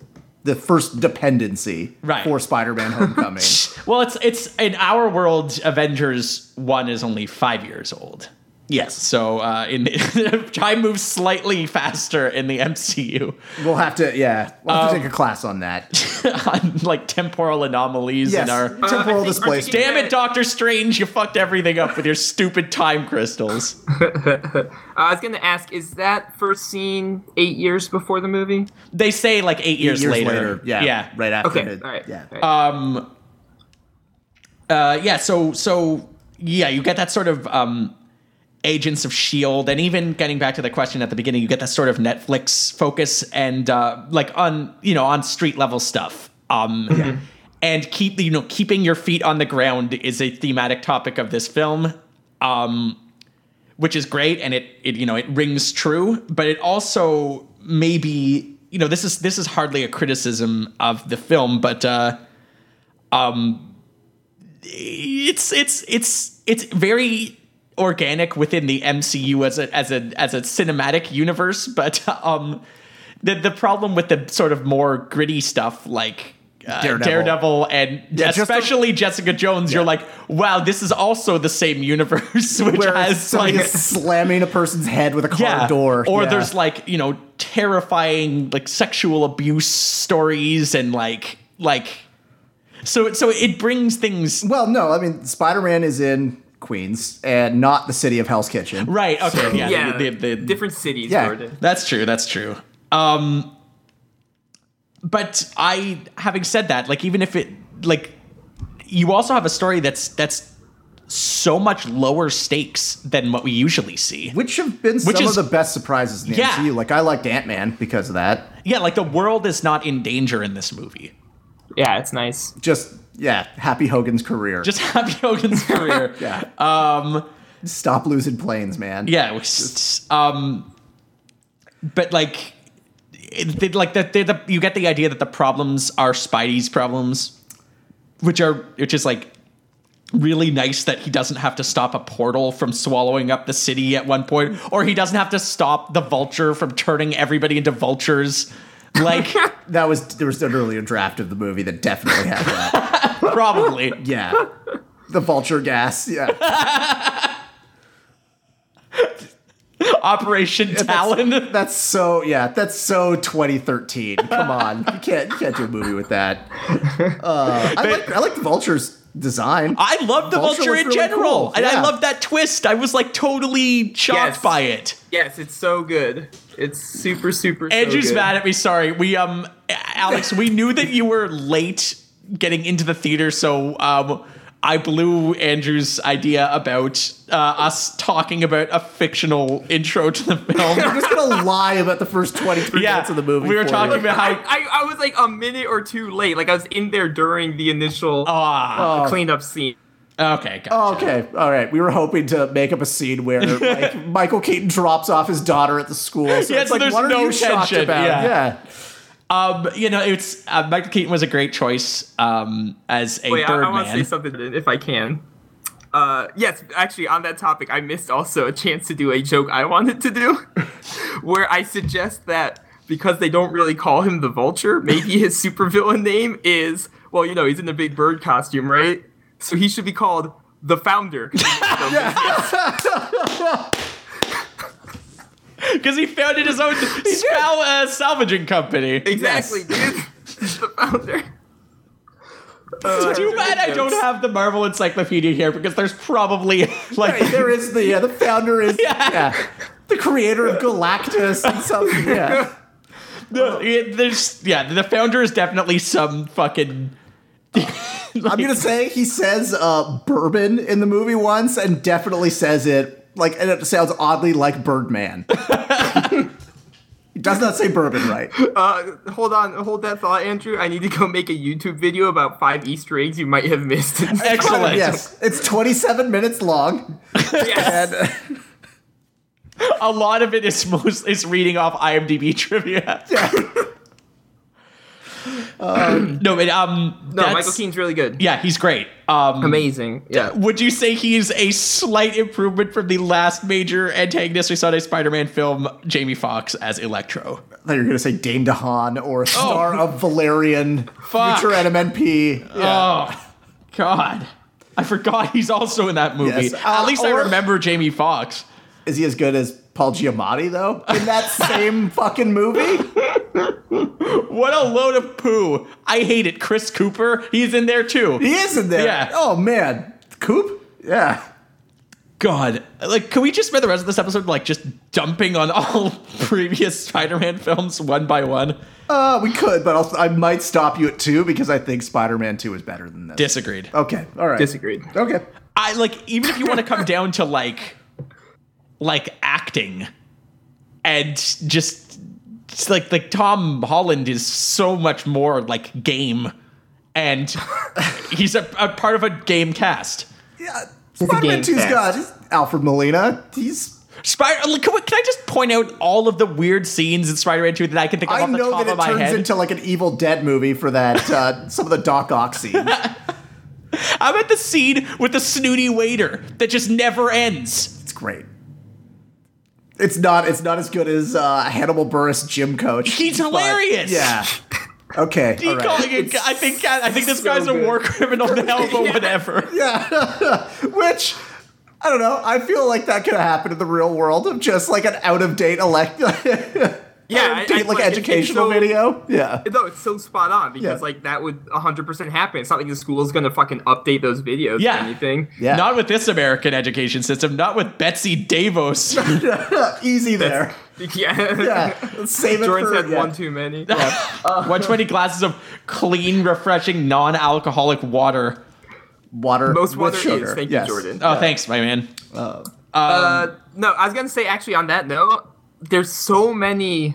F: the first dependency
D: Right.
F: for Spider-Man Homecoming.
D: Well, it's it's in our world, Avengers one is only five years old.
F: yes.
D: So uh, in the, time moves slightly faster in the MCU
F: We'll have to yeah, we'll have to take a class on that.
D: on like temporal anomalies
F: Yes.
D: in our.
E: Uh, I
F: temporal
E: think-
F: displacement.
D: Damn it, Doctor Strange! You fucked everything up with your stupid time crystals.
E: I was gonna ask, is that first scene eight years before the movie?
D: They say like eight years,
F: Years
D: later.
F: Yeah.
D: yeah,
F: Right after
E: Okay,
F: it.
E: all right.
F: Yeah.
E: all right.
D: um uh yeah so so yeah you get that sort of um agents of shield E and even getting back to the question at the beginning you get that sort of netflix focus and uh like on you know on street level stuff um and keep you know keeping your feet on the ground is a thematic topic of this film um which is great and it, it you know it rings true but it also maybe you know this is this is hardly a criticism of the film but uh um, it's it's it's it's very organic within the MCU as a as a as a cinematic universe, but um the the problem with the sort of more gritty stuff like uh,
F: Daredevil.
D: Daredevil. and
F: just
D: especially Jessica Jones, you're like, wow, this is also the same universe, which
F: Where
D: has
F: somebody
D: like
F: is slamming a person's head with a car door.
D: or
F: Yeah.
D: there's like, you know, terrifying like sexual abuse stories and like like so so it brings things
F: Well, no, I mean Spider Man is in Queens and not the city of Hell's Kitchen.
D: Right. Okay. yeah.
E: yeah,
D: the- the- the-
E: different cities.
F: Yeah.
E: Jordan.
D: that's true. That's true. Um, but I, having said that, like even if it, like, you also have a story that's that's so much lower stakes than what we usually see.
F: Which have been
D: Which
F: some
D: is-
F: of the best surprises in the
D: Yeah.
F: MCU. Like I liked Ant Man because of that.
D: Yeah, like the world is not in danger in this movie.
E: Yeah, it's nice.
F: Just yeah, Happy Hogan's career.
D: Just Happy Hogan's career.
F: yeah.
D: Um.
F: Stop losing planes, man.
D: Yeah, it was, um, but like, it, they- like that, they're the you get the idea that the problems are Spidey's problems, which are which is like really nice that he doesn't have to stop a portal from swallowing up the city at one point, or he doesn't have to stop the vulture from turning everybody into vultures. Like,
F: That was there was an earlier draft of the movie that definitely had that.
D: probably.
F: yeah, the vulture gas. Yeah,
D: Operation Talon.
F: that's so. Yeah, that's so 2013. Come on, you can't you can't do a movie with that. Uh, I like I like the vulture's design.
D: I love the
F: Vulture
D: vulture,
F: was
D: in
F: really
D: general,
F: cool,
D: and I
F: yeah.
D: love that twist. I was like totally shocked
E: Yes.
D: by it.
E: Yes, it's so good. It's super, super. so
D: Andrew's
E: good.
D: mad at me. Sorry, we um, Alex, we knew that you were late getting into the theater, so um, I blew Andrew's idea about uh, us talking about a fictional intro to the
F: I'm
D: film.
F: just gonna lie about the first 23
D: yeah,
F: minutes of the movie.
D: we were
F: for
D: talking
F: you.
D: about how.
E: I, I was like a minute or two late. Like I was in there during the initial
D: Ah,
E: uh, cleanup scene.
D: okay, gotcha.
F: Okay, all right. We were hoping to make up a scene where like Michael Keaton drops off his daughter at the school. So
D: Yeah,
F: it's
D: so
F: like,
D: there's
F: what are
D: no
F: you shocked
D: tension,
F: about?
D: yeah.
F: yeah.
D: Um, you know, it's uh, Michael Keaton was a great choice um, as a
E: Wait, I, I want to say
D: Birdman.
E: something if I can. Uh, yes, actually, on that topic, I missed also a chance to do a joke I wanted to do, where I suggest that because they don't really call him the Vulture, maybe his supervillain name is well, you know, he's in the big bird costume, right? So he should be called the Founder. 'cause he's the
D: because he founded his own sal- uh, salvaging company.
E: Exactly, dude. He's the founder. Uh,
D: Too bad I don't have the Marvel Encyclopedia here because there's probably like
F: Right, there is the yeah, the founder is
D: Yeah.
F: yeah. the creator of Galactus and something. Yeah,
D: the, yeah, there's yeah the founder is definitely some fucking.
F: I'm gonna say he says uh, bourbon in the movie once, and definitely says it like and it sounds oddly like Birdman. he does not say bourbon right.
D: Oh,
E: Uh, hold on, hold that thought, Andrew. I need to go make a YouTube video about five Easter eggs you might have missed.
D: Excellent.
F: Yes, it's 27 minutes long.
E: yes.
F: And,
D: A lot of it is most is reading off IMDb trivia. no, but um,
E: No,
D: that's-
E: Michael Keane's really good.
D: Yeah, he's great. Um,
E: Amazing. Yeah.
D: would you say he's a slight improvement from the last major antagonist we saw in a Spider-Man film, Jamie Foxx as Electro?
F: I thought you were gonna say Dame DeHaan or Star of Valerian,
D: Oh. Fuck.
F: future NMNP. Yeah.
D: Oh God, I forgot he's also in that movie.
F: Yes, uh,
D: At least I
F: or-
D: remember Jamie Foxx.
F: Is he as good as Paul Giamatti though in that same fucking movie?
D: What a load of poo! I hate it. Chris Cooper, he's in there too.
F: He is in there.
D: Yeah.
F: Oh man, Coop. Yeah.
D: God, like, can we just spend the rest of this episode like just dumping on all previous Spider-Man films one by one?
F: Uh, we could, but I'll, I might stop you at two because I think Spider-Man Two is better than this.
D: Disagreed.
F: okay. All right.
E: Disagreed.
F: Okay.
D: I like even if you want to come down to like, like acting, and just, just like like Tom Holland is so much more like game, and he's a, a part of a game cast.
F: Yeah. Spider-Man
E: game
F: 2's
E: fast.
F: got he's Alfred Molina. He's.
D: Spider, look, can, we- can I just point out all of the weird scenes in Spider-Man 2 that I can think of
F: I
D: off the
F: know
D: top
F: that it
D: of my
F: turns
D: head?
F: into like an Evil Dead movie for that. Uh, some of the Doc Ock scenes.
D: I'm at the scene with the snooty waiter that just never ends.
F: It's great. It's not. It's not as good as uh, Hannibal Burris gym coach.
D: He's
F: but-
D: hilarious.
F: Yeah. Okay.
D: He
F: all right.
D: calling it, I think I think this
E: so
D: guy's a
E: good.
D: war criminal now, but whatever.
F: Which I don't know. I feel like that could happen in the real world of just like an out of date elect,
E: Yeah. I- I-
F: date, like
E: it's-
F: educational
E: it's so,
F: video. Yeah.
E: No, it's so spot on because
F: Yeah.
E: like that would 100% happen. It's not like the school is gonna fucking update those videos
D: Yeah.
E: or anything.
F: Yeah.
D: Not with this American education system. Not with Betsy Davos.
F: Easy there.
E: Yeah.
F: Yeah. Let's save it
E: Jordan's
F: for
E: had
F: yeah.
E: one too many.
D: 120 glasses of clean, refreshing, non-alcoholic water.
F: water.
E: Most
F: with
E: water
F: sugar.
E: is. Thank
F: yes. Um,
E: you, Jordan.
D: Oh, thanks, my man.
E: Uh, no, I was gonna say actually on that note, there's so many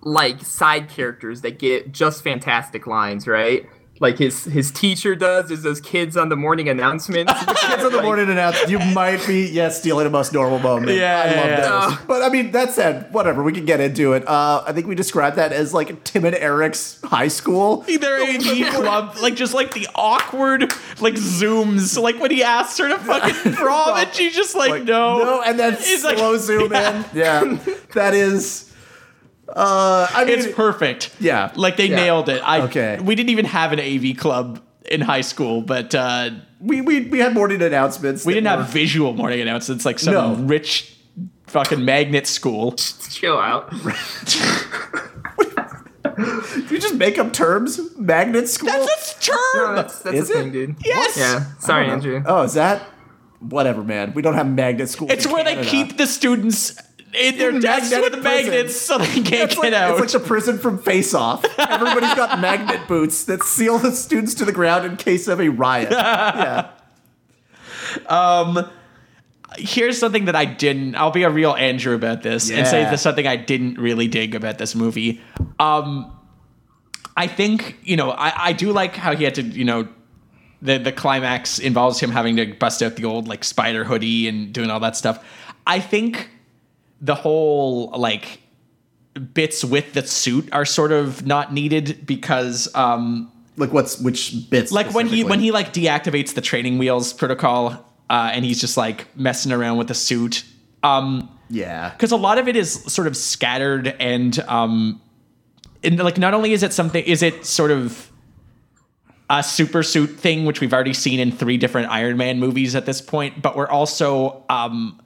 E: like side characters that get just fantastic lines, right? like his his teacher does. There's those kids on the morning announcements.
F: Kids on the morning announced you might be yeah stealing a most normal moment.
D: Yeah,
F: I
D: yeah,
F: love
D: yeah.
F: those. But I mean, that said, whatever we can get into it. Uh, I think we described that as like Tim and Eric's high school.
D: Their AG club, like just like the awkward like zooms, like when he asks her to fucking prom, and she's just like, no,
F: no, and then
D: It's like-
F: slow zoom in. Yeah, that is. Uh, I mean,
D: it's perfect.
F: Yeah.
D: like they
E: Yeah.
D: nailed it. I
F: Okay.
D: we didn't even have an AV club in high school, but uh,
F: we, we we had morning announcements.
D: we
F: that
D: didn't
F: were-
D: have visual morning announcements like some
F: No.
D: rich fucking magnet school.
E: Chill out.
F: You just make up terms. Magnet school.
D: That's its term.
E: No, Oh, that's that's
F: Is
E: a thing,
F: it?
E: dude.
D: Yes.
E: Yeah. Sorry,
F: Oh.
E: Andrew.
F: Oh, is that? Whatever, man. We don't have magnet school.
D: It's where they keep the students in their
F: In
D: desks
F: magnetic
D: with magnets so they can't
F: It's
D: get
F: like,
D: out.
F: it's like the prison from Face Off. Everybody's got magnet boots that seal the students to the ground in case of a riot. Yeah.
D: Here's something that I didn't. I'll be a real Andrew about this and say
F: Yeah.
D: there's something I didn't really dig about this movie. Um, I think you know I, I do like how he had to you know the the climax involves him having to bust out the old like spider hoodie and doing all that stuff. I think the whole like bits with the suit are sort of not needed because um
F: Like what's which bits?
D: like when he
F: specifically?
D: when he like deactivates the training wheels protocol uh, and he's just like messing around with the suit um
F: yeah.
D: because a lot of it is sort of scattered and um and like not only is it something is it sort of a super suit thing which we've already seen in three different iron man movies at this point but we're also um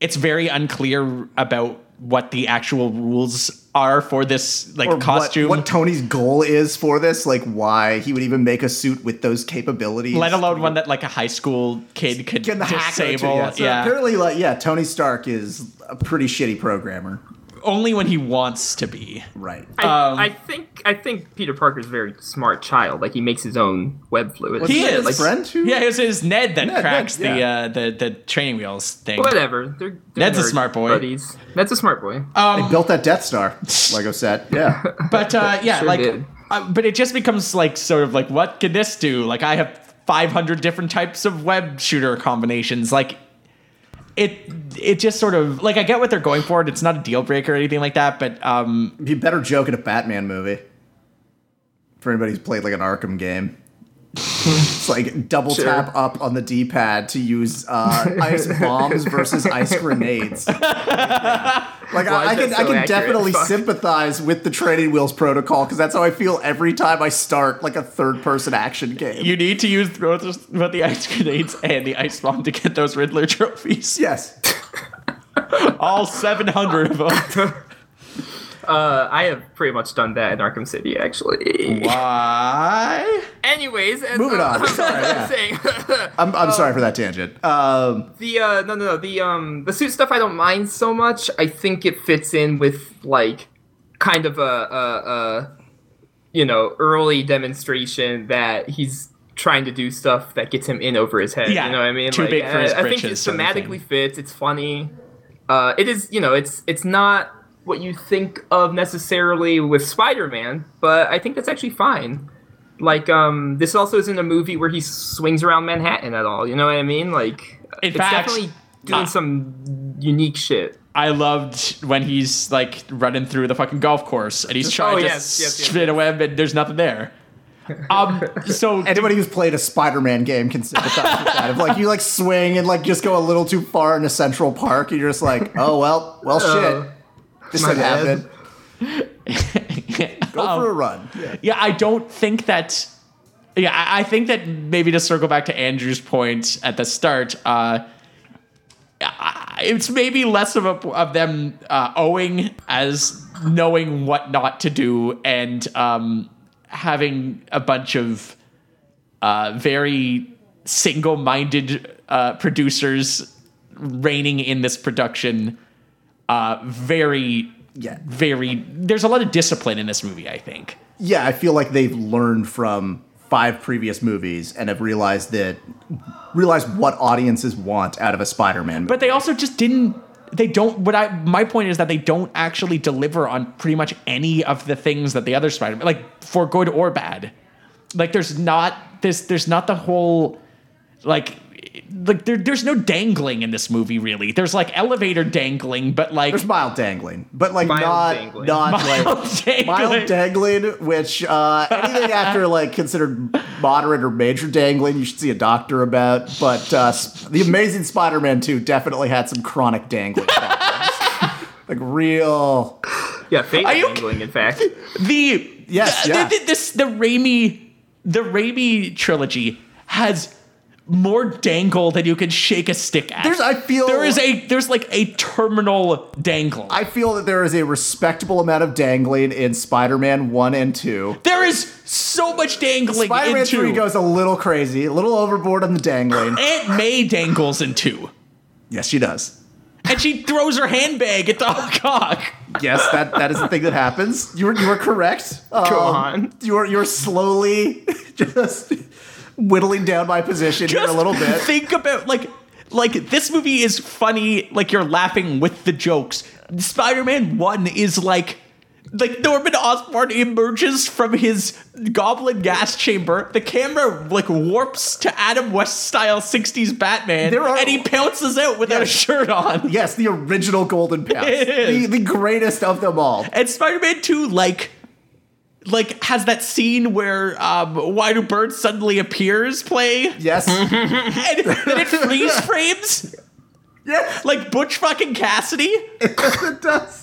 D: it's very unclear about what the actual rules are for this like
F: Or what-
D: costume
F: What, Tony's goal is for this? Like why he would even make a suit with those capabilities?
D: let alone one that like a high school kid could
F: Can the hack go to,
D: disable.
F: yeah. So
D: yeah,
F: Apparently, like yeah, Tony Stark is a pretty shitty programmer.
D: only when he wants to be.
F: Right.
E: I, I think I think Peter Parker's a very smart child. Like he makes his own web fluid.
D: He
E: Like,
D: is.
E: Like,
F: friend who?
D: Yeah, it was, it was Ned that
F: Ned,
D: cracks
F: Ned, yeah.
D: the uh, the the training wheels thing.
E: Whatever. They're, they're
D: Ned's a
E: nerd
D: smart boy. Uh,
E: Buddies. Ned's a smart boy.
D: Um,
F: They built that Death Star Lego set. Yeah.
D: But uh, yeah,
E: Sure
D: like,
E: did.
D: uh, but it just becomes like sort of like, what can this do? Like, I have 500 different types of web shooter combinations. Like, it it just sort of like I get what they're going for. and It's not a deal breaker or anything like that. But um,
F: It'd be a better joke in a Batman movie. For anybody who's played like an Arkham game. it's like double
E: Sure.
F: tap up on the D pad to use uh, ice bombs versus ice grenades. Like
E: Why
F: I,
E: is
F: I
E: that
F: can,
E: so
F: I can
E: accurate?
F: definitely
E: Fuck.
F: sympathize with the training wheels protocol because that's how I feel every time I start like a third person action game.
D: you need to use both, both the ice grenades and the ice bomb to get those Riddler trophies.
F: yes.
D: All 700 of them.
E: Uh, I have pretty much done that in Arkham City, actually.
D: Why?
E: Anyways, and,
F: Moving
E: uh,
F: on.
E: I'm
F: Sorry, yeah.
E: saying
F: I'm,
E: Oh.
F: I'm sorry for that tangent. Um,
E: the uh, no, no, no, the um, the suit stuff I don't mind so much. I think it fits in with like kind of a a, a you know early demonstration that he's trying to do stuff that gets him in over his head.
D: Yeah,
E: you know what I mean?
D: too
E: Like,
D: big for his
E: I, I think it
D: britches sort of
E: thematically
D: thing.
E: fits. It's funny. Uh, it is you know it's it's not what you think of necessarily with Spider-Man, but I think that's actually fine. Like um, this also isn't a movie where he swings around Manhattan at all. You know what I mean? Like
D: In
E: it's
D: fact,
E: definitely doing
D: uh,
E: some unique shit.
D: I loved when he's like running through the fucking golf course and he's trying
E: oh,
D: to
E: yes, yes, yes,
D: spin a web and there's nothing there. Um, so
F: Anybody who's played a Spider-Man game can sympathize with that. If like you like swing and like just go a little too far into Central Park, and you're just like, oh well, well
E: Uh,
F: shit, this
E: my
F: could
E: bad.
F: happen. Go for a run.
D: yeah, I don't think that. Yeah, I, I think that maybe to circle back to Andrew's point at the start, uh, I- it's maybe less of a, of them uh, owing as knowing what not to do and um, having a bunch of uh, very single-minded uh, producers reigning in this production. Uh, very,
F: Yeah,
D: very. There's a lot of discipline in this movie. I think.
F: yeah. I feel like they've learned from five previous movies and have realized that realized what audiences want out of a Spider-Man. Movie.
D: but they also just didn't they don't what i my point is that they don't actually deliver on pretty much any of the things that the other spider-man like for good or bad Like there's not this there's not the whole like like there, there's no dangling in this movie really. There's like elevator dangling, but like
F: There's mild dangling, but like
E: Mild
F: not
E: dangling.
F: not like
D: dangling.
F: mild dangling, which uh, anything after like considered moderate or major dangling, you should see a doctor about. But uh, sp- the Amazing Spider-Man two definitely had some chronic dangling problems, like real.
E: Yeah, fate
D: you-
E: dangling, in fact.
D: the
F: Yes,
D: the,
F: yeah.
D: the, this the Raimi the Raimi trilogy has more dangle than you can shake a stick at.
F: There's, I feel
D: there is a there's like a terminal dangle.
F: I feel that there is a respectable amount of dangling in Spider-Man one and two.
D: there is so much dangling
F: Spider-Man
D: in two.
F: three
D: Uh,
F: goes a little crazy, a little overboard on the dangling.
D: Aunt May dangles in two,
F: yes, she does.
D: and she throws her handbag at the cock.
F: Yes, that, that is the thing that happens. You were you were correct. Um,
E: on.
F: You're you're slowly just whittling down my position here a little bit.
D: Think about like like this movie is funny. Like you're laughing with the jokes. Spider-Man One is like like Norman Osborn emerges from his goblin gas chamber. The camera like warps to Adam West style '60s Batman,
F: There are-
D: and he pounces out without a
F: Yes.
D: shirt on.
F: yes, the original Golden Pass,
D: It is.
F: the, the greatest of them all.
D: And Spider-Man 2, like, like has that scene where um, Why Do Birds Suddenly Appears play, and
F: Yes,
D: then it freeze frames
F: yes,
D: like Butch fucking Cassidy.
F: it does.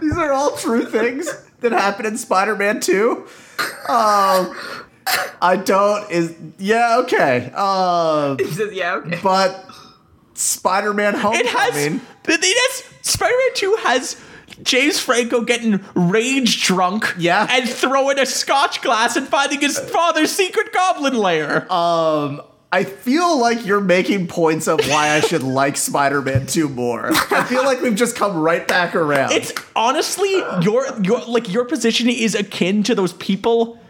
F: These are all true things that happen in Spider-Man Two. Um, I don't is yeah okay. Uh,
E: He says, yeah, okay.
F: but Spider-Man Homecoming.
D: It has, it has Spider-Man 2 has James Franco getting rage drunk,
F: Yeah.
D: and throwing a Scotch glass and finding his father's secret goblin lair.
F: I feel like you're making points of why I should like Spider-Man 2 more. I feel like we've just come right back around.
D: It's honestly your your like your position is akin to those people.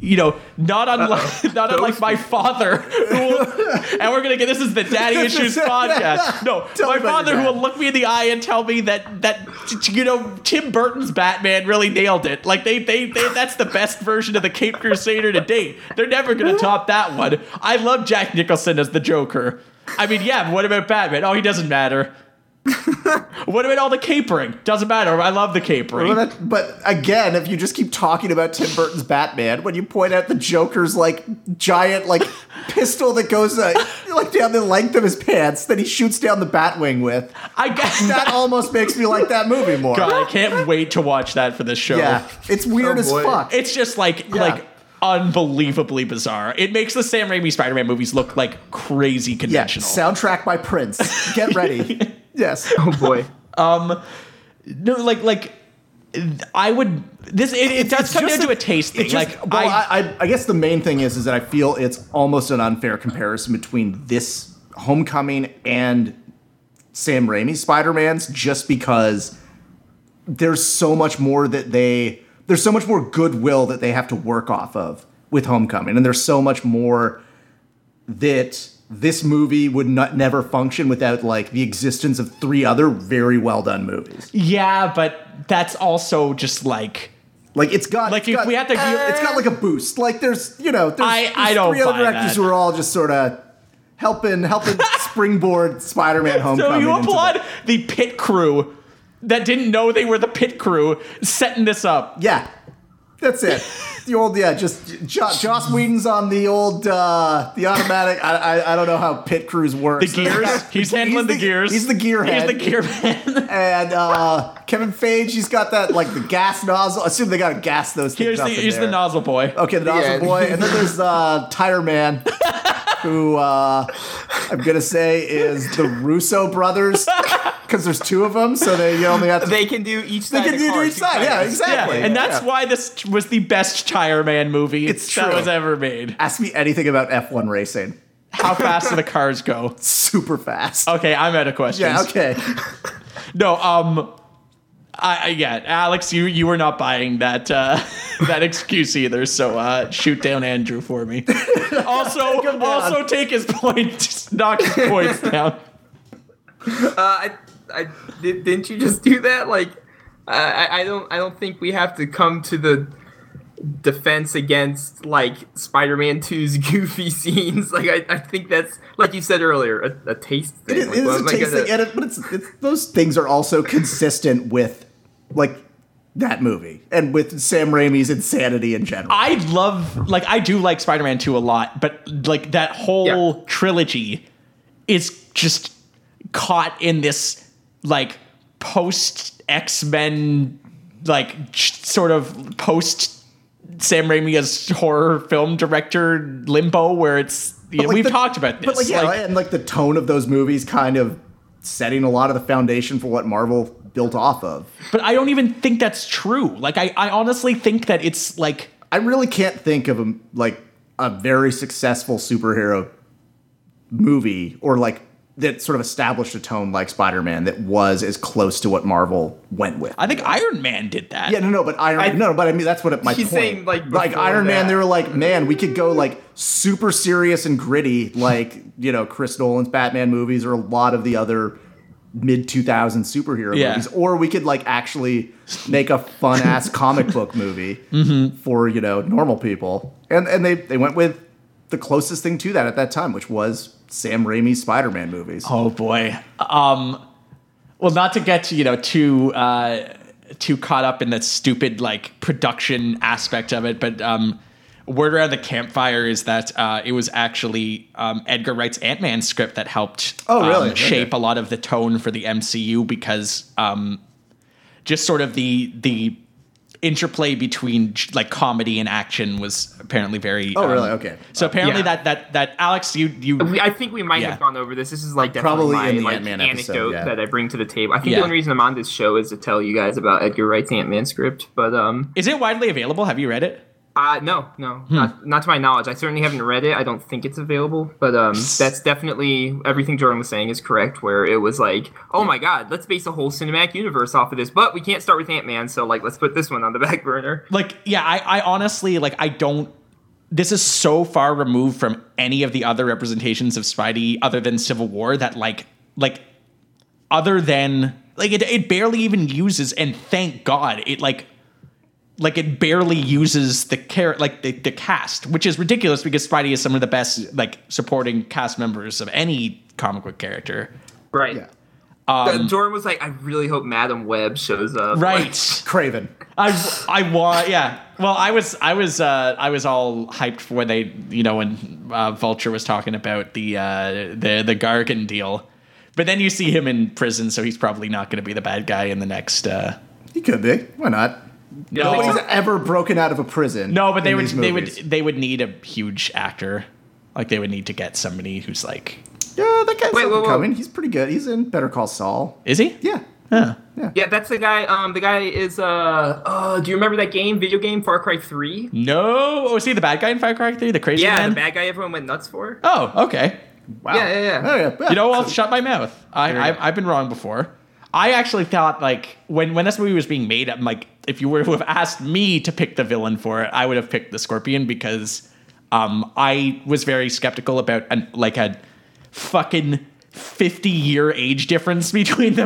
D: You know, not unlike not unlike my father, who will- and we're gonna get this is the daddy issues podcast. No,
F: Tell
D: my
F: me about
D: father
F: your
D: who
F: dad.
D: will look me in the eye and tell me that that you know Tim Burton's Batman really nailed it. Like they they, they that's the best version of the Cape Crusader to date. They're never gonna top that one. I love Jack Nicholson as the Joker. I mean, yeah. but What about Batman? Oh, he doesn't matter. What about all the capering? Doesn't matter. I love the capering.
F: but, that- but again, if you just keep talking about Tim Burton's Batman, when you point out the Joker's like giant like pistol that goes uh, like down the length of his pants that he shoots down the Batwing with,
D: I guess
F: that almost makes me like that movie more.
D: God, I can't wait to watch that for this show.
F: Yeah, it's weird
E: Oh,
F: as
E: boy.
F: fuck.
D: It's just like like unbelievably bizarre. It makes the Sam Raimi Spider-Man movies look like crazy
F: yeah,
D: conventional.
F: soundtrack by Prince. Get ready. yes.
E: Oh, boy.
D: no, like like I would this it, it does come down
F: just-
D: to a taste thing.
F: It's just-
D: like I,
F: well, I, I, I guess the main thing is is that I feel it's almost an unfair comparison between this Homecoming and Sam Raimi's Spider Man's, just because there's so much more that they there's so much more goodwill that they have to work off of with Homecoming, and there's so much more that this movie would not never function without like the existence of three other very well done movies.
D: yeah, but that's also just like
F: Like it's got
D: Like,
F: it's
D: if
F: got-
D: we had to give-
F: it's got like a boost. Like there's you know there's,
D: I-
F: there's
D: I don't
F: three other
D: buy
F: directors
D: that.
F: who are all just sort of helping helping springboard Spider-Man
D: So
F: Homecoming.
D: you
F: into the-
D: applaud the pit crew that didn't know they were the pit crew setting this up.
F: yeah, that's it. The old yeah, just jo- Joss Whedon's on the old uh the automatic. I I, I don't know how pit crews work.
D: The gears. He's handling the, gears.
F: He's the gearhead.
D: He's the gear man.
F: And uh, Kevin Feige, he's got that like the gas nozzle. I assume they got to gas those things.
D: here's the
F: up in
D: here's the
F: there. Oh,
D: nozzle boy.
F: Okay, the nozzle
E: Yeah.
F: boy, and then there's uh, Tire Man, who uh, I'm gonna say is the Russo brothers, because there's two of them, so they you only have to.
E: They can do each
F: they
E: side.
F: can
E: of
F: do
E: car,
F: each
E: two
F: side, yeah,
E: sides.
D: Yeah,
F: exactly.
D: and that's
F: yeah.
D: why this was the best tire man movie
F: It's
D: that
F: true.
D: was ever made.
F: Ask me anything about F1 racing.
D: How fast do the cars go?
F: Super fast.
D: Okay, I'm out of questions.
F: Yeah. Okay.
D: No, um, I, I yeah, Alex, you you were not buying that uh, that excuse either. So uh, shoot down Andrew for me. Also, also take his points, knock his points down.
E: Uh, I, I did, didn't you just do that? Like, I, I- I don't, I don't think we have to come to the defense against like Spider-Man 2's goofy scenes. Like I, I think that's like you said earlier, a, a taste thing.
F: It is,
E: Like,
F: it
E: what
F: is
E: am
F: a
E: I
F: taste
E: gonna-
F: thing, and it- but it's, it's those things are also consistent with like that movie and with Sam Raimi's insanity in general.
D: I love like I do like Spider-Man 2 a lot, but like that whole
E: Yeah.
D: trilogy is just caught in this like post X-Men like j- sort of post Sam Raimi as horror film director limbo where it's you know,
F: like
D: we've
F: the-
D: talked about this.
F: but like, yeah,
D: like-
F: and like the tone of those movies kind of setting a lot of the foundation for what Marvel built off of.
D: but I don't even think that's true. Like I, I honestly think that it's like
F: I really can't think of a like a very successful superhero movie or like that sort of established a tone like Spider-Man that was as close to what Marvel went with.
D: I think Iron Man did that.
F: Yeah, no, no, but Iron.
E: I-
F: no, but I mean that's what it, my
E: He's
F: point.
E: saying, like, before
F: Iron Man,
E: that.
F: they were like, man, we could go like super serious and gritty, like you know Chris Nolan's Batman movies or a lot of the other mid 2000 superhero
D: Yeah.
F: movies, or we could like actually make a fun ass comic book movie
D: Mm-hmm.
F: for you know normal people, and and they they went with the closest thing to that at that time, which was Sam Raimi's Spider-Man movies.
D: Oh boy. Um, well, not to get you know too uh, too caught up in the stupid like production aspect of it, but um, word around the campfire is that uh, it was actually um, Edgar Wright's Ant Man script that helped
F: Oh, really?
D: um,
F: Okay.
D: shape a lot of the tone for the MCU because um, just sort of the the interplay between like comedy and action was apparently very
F: Oh,
D: um,
F: really? Okay.
D: so apparently
E: Yeah.
D: that that that alex you you
E: We- I think we might
D: Yeah.
E: have gone over this. This is like
F: Probably
E: definitely my,
F: in the
E: like,
F: Ant-Man episode,
E: anecdote
F: yeah.
E: that I bring to the table. I think
D: Yeah.
E: the only reason I'm on this show is to tell you guys about Edgar Wright's Ant Man script, but um,
D: is it widely available have you read it
E: uh, no, no, not, not to my knowledge. I certainly haven't read it. I don't think it's available, but um, that's definitely everything Jordan was saying is correct. Where it was like, oh my god, let's base a whole cinematic universe off of this, but we can't start with Ant Man, so like, let's put this one on the back burner.
D: like yeah I, I honestly like i don't this is so far removed from any of the other representations of spidey other than civil war that like like other than like it, it barely even uses and thank god it like like it barely uses the care like the, the cast which is ridiculous because spidey is some of the best like supporting cast members of any comic book character
E: Right.
F: Yeah.
E: Uh, Jordan was like, I really hope Madam Web shows up.
D: right
F: Craven.
D: I I want yeah. Well, I was I was uh, I was all hyped for when they you know when uh, Vulture was talking about the uh, the the Gargan deal, but then you see him in prison, so he's probably not going to be the bad guy in the next. Uh,
F: He could be. Why not?
D: no,
F: Nobody's ever broken out of a prison.
D: no, but they
F: in
D: would
F: these
D: they would
F: movies.
D: they would need a huge actor, like they would need to get somebody who's like,
F: Yeah, that guy's
E: Wait,
F: up
E: whoa,
F: and
E: whoa.
F: coming. He's pretty good. He's in Better Call Saul.
D: is he?
F: Yeah.
E: Yeah, that's the guy. Um, the guy is uh, uh, do you remember that game, video game, Far Cry Three?
D: No, oh, is he the bad guy in Fire Cry Three? The crazy
E: Yeah,
D: man.
E: the bad guy everyone went nuts for.
D: oh, okay.
F: Wow.
E: Yeah, yeah, yeah.
F: Oh, yeah.
D: You know, I'll shut my mouth. I,
F: Fair enough.
D: I, I've been wrong before. I actually thought like when when this movie was being made, I'm like, if you were to have asked me to pick the villain for it, I would have picked the Scorpion because um, I was very skeptical about an, like a fucking fifty year age difference between the,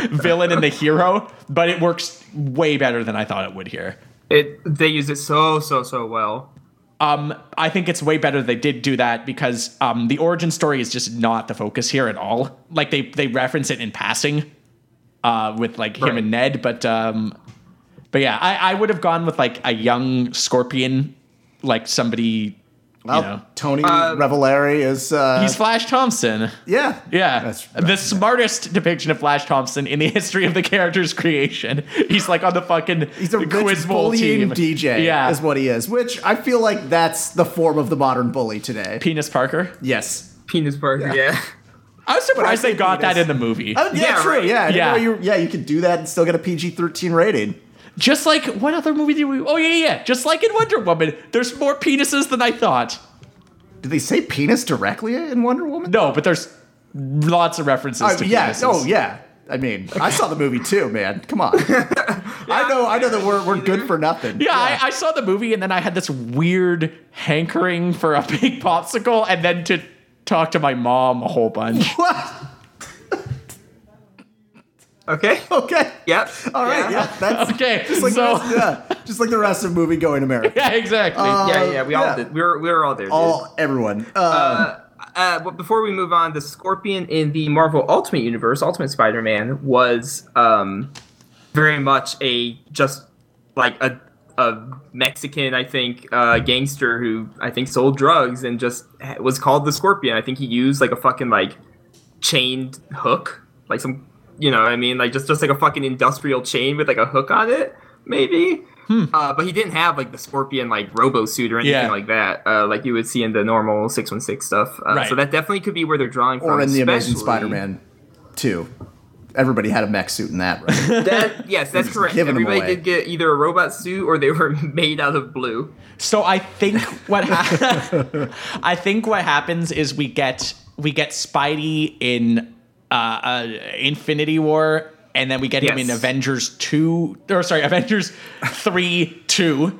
D: the villain and the hero, but it works way better than I thought it would here.
E: It they use it so so so well.
D: Um, I think it's way better they did do that because um, the origin story is just not the focus here at all. Like they they reference it in passing, uh, with like him
E: Right.
D: and Ned, but um, but yeah, I, I would have gone with like a young Scorpion, like somebody,
F: Well,
D: you know, Uh,
F: Tony Reveillary is. Uh,
D: he's Flash Thompson.
F: yeah.
D: Yeah,
F: That's
D: the smartest depiction of Flash Thompson in the history of the character's creation. He's like on the fucking
F: He's a
D: quiz
F: rich
D: bowl
F: bullying
D: team.
F: DJ.
D: Yeah,
F: Is what he is. Which I feel like that's the form of the modern bully today.
D: Penis Parker.
F: yes.
E: Penis Parker. Yeah.
D: I was surprised
F: I
D: they
F: think
D: got that in
F: penis-
D: the movie.
F: Oh, yeah,
E: Yeah,
F: true.
E: right.
F: Yeah. I didn't
D: Yeah.
F: know you- yeah, you could do that and still get a PG 13 rating.
D: Just like what other movie did we? Oh yeah, yeah, yeah. Just like in Wonder Woman, there's more penises than I thought.
F: Did they say penis directly in Wonder Woman?
D: No, but there's lots of references
F: I,
D: to
F: yeah.
D: penises.
F: Oh, yeah. I mean, I saw the movie too, man. Come on. I know. I know that we're, we're good for nothing.
D: Yeah, I, I saw the movie and then I had this weird hankering for a big popsicle and then to talk to my mom a whole bunch.
F: What?
E: Okay.
F: Okay.
E: Yep.
F: All right. Yeah. That's
D: Okay,
F: just like
D: so
F: yeah. just like the Uh, rest of movie going America.
D: Yeah, exactly.
E: yeah, yeah, we
F: Um, yeah.
E: all did. We were, we were all there. Dude.
F: All everyone. Uh,
E: uh, uh, but before we move on, the Scorpion in the Marvel Ultimate Universe, Ultimate Spider-Man, was um, very much a just like a, a Mexican, I think, uh, gangster who I think sold drugs and just ha- was called the Scorpion. I think he used like a fucking like chained hook, like some, you know, what I mean, like just just like a fucking industrial chain with like a hook on it, maybe. Uh, but he didn't have like the scorpion like robo suit or anything
D: Yeah.
E: like that, uh, like you would see in the normal six one six stuff. Uh,
D: Right.
E: So that definitely could be where they're drawing from.
F: or in the Amazing
E: especially-
F: Spider-Man 2. Everybody had a mech suit in that, right?
E: That, yes, that's correct.
F: giving 'em
E: Everybody
F: away.
E: did get either a robot suit or they were made out of blue.
D: So I think what ha- I think what happens is we get we get Spidey in uh, uh, Infinity War, and then we get him
E: Yes.
D: in Avengers two or sorry Avengers three two,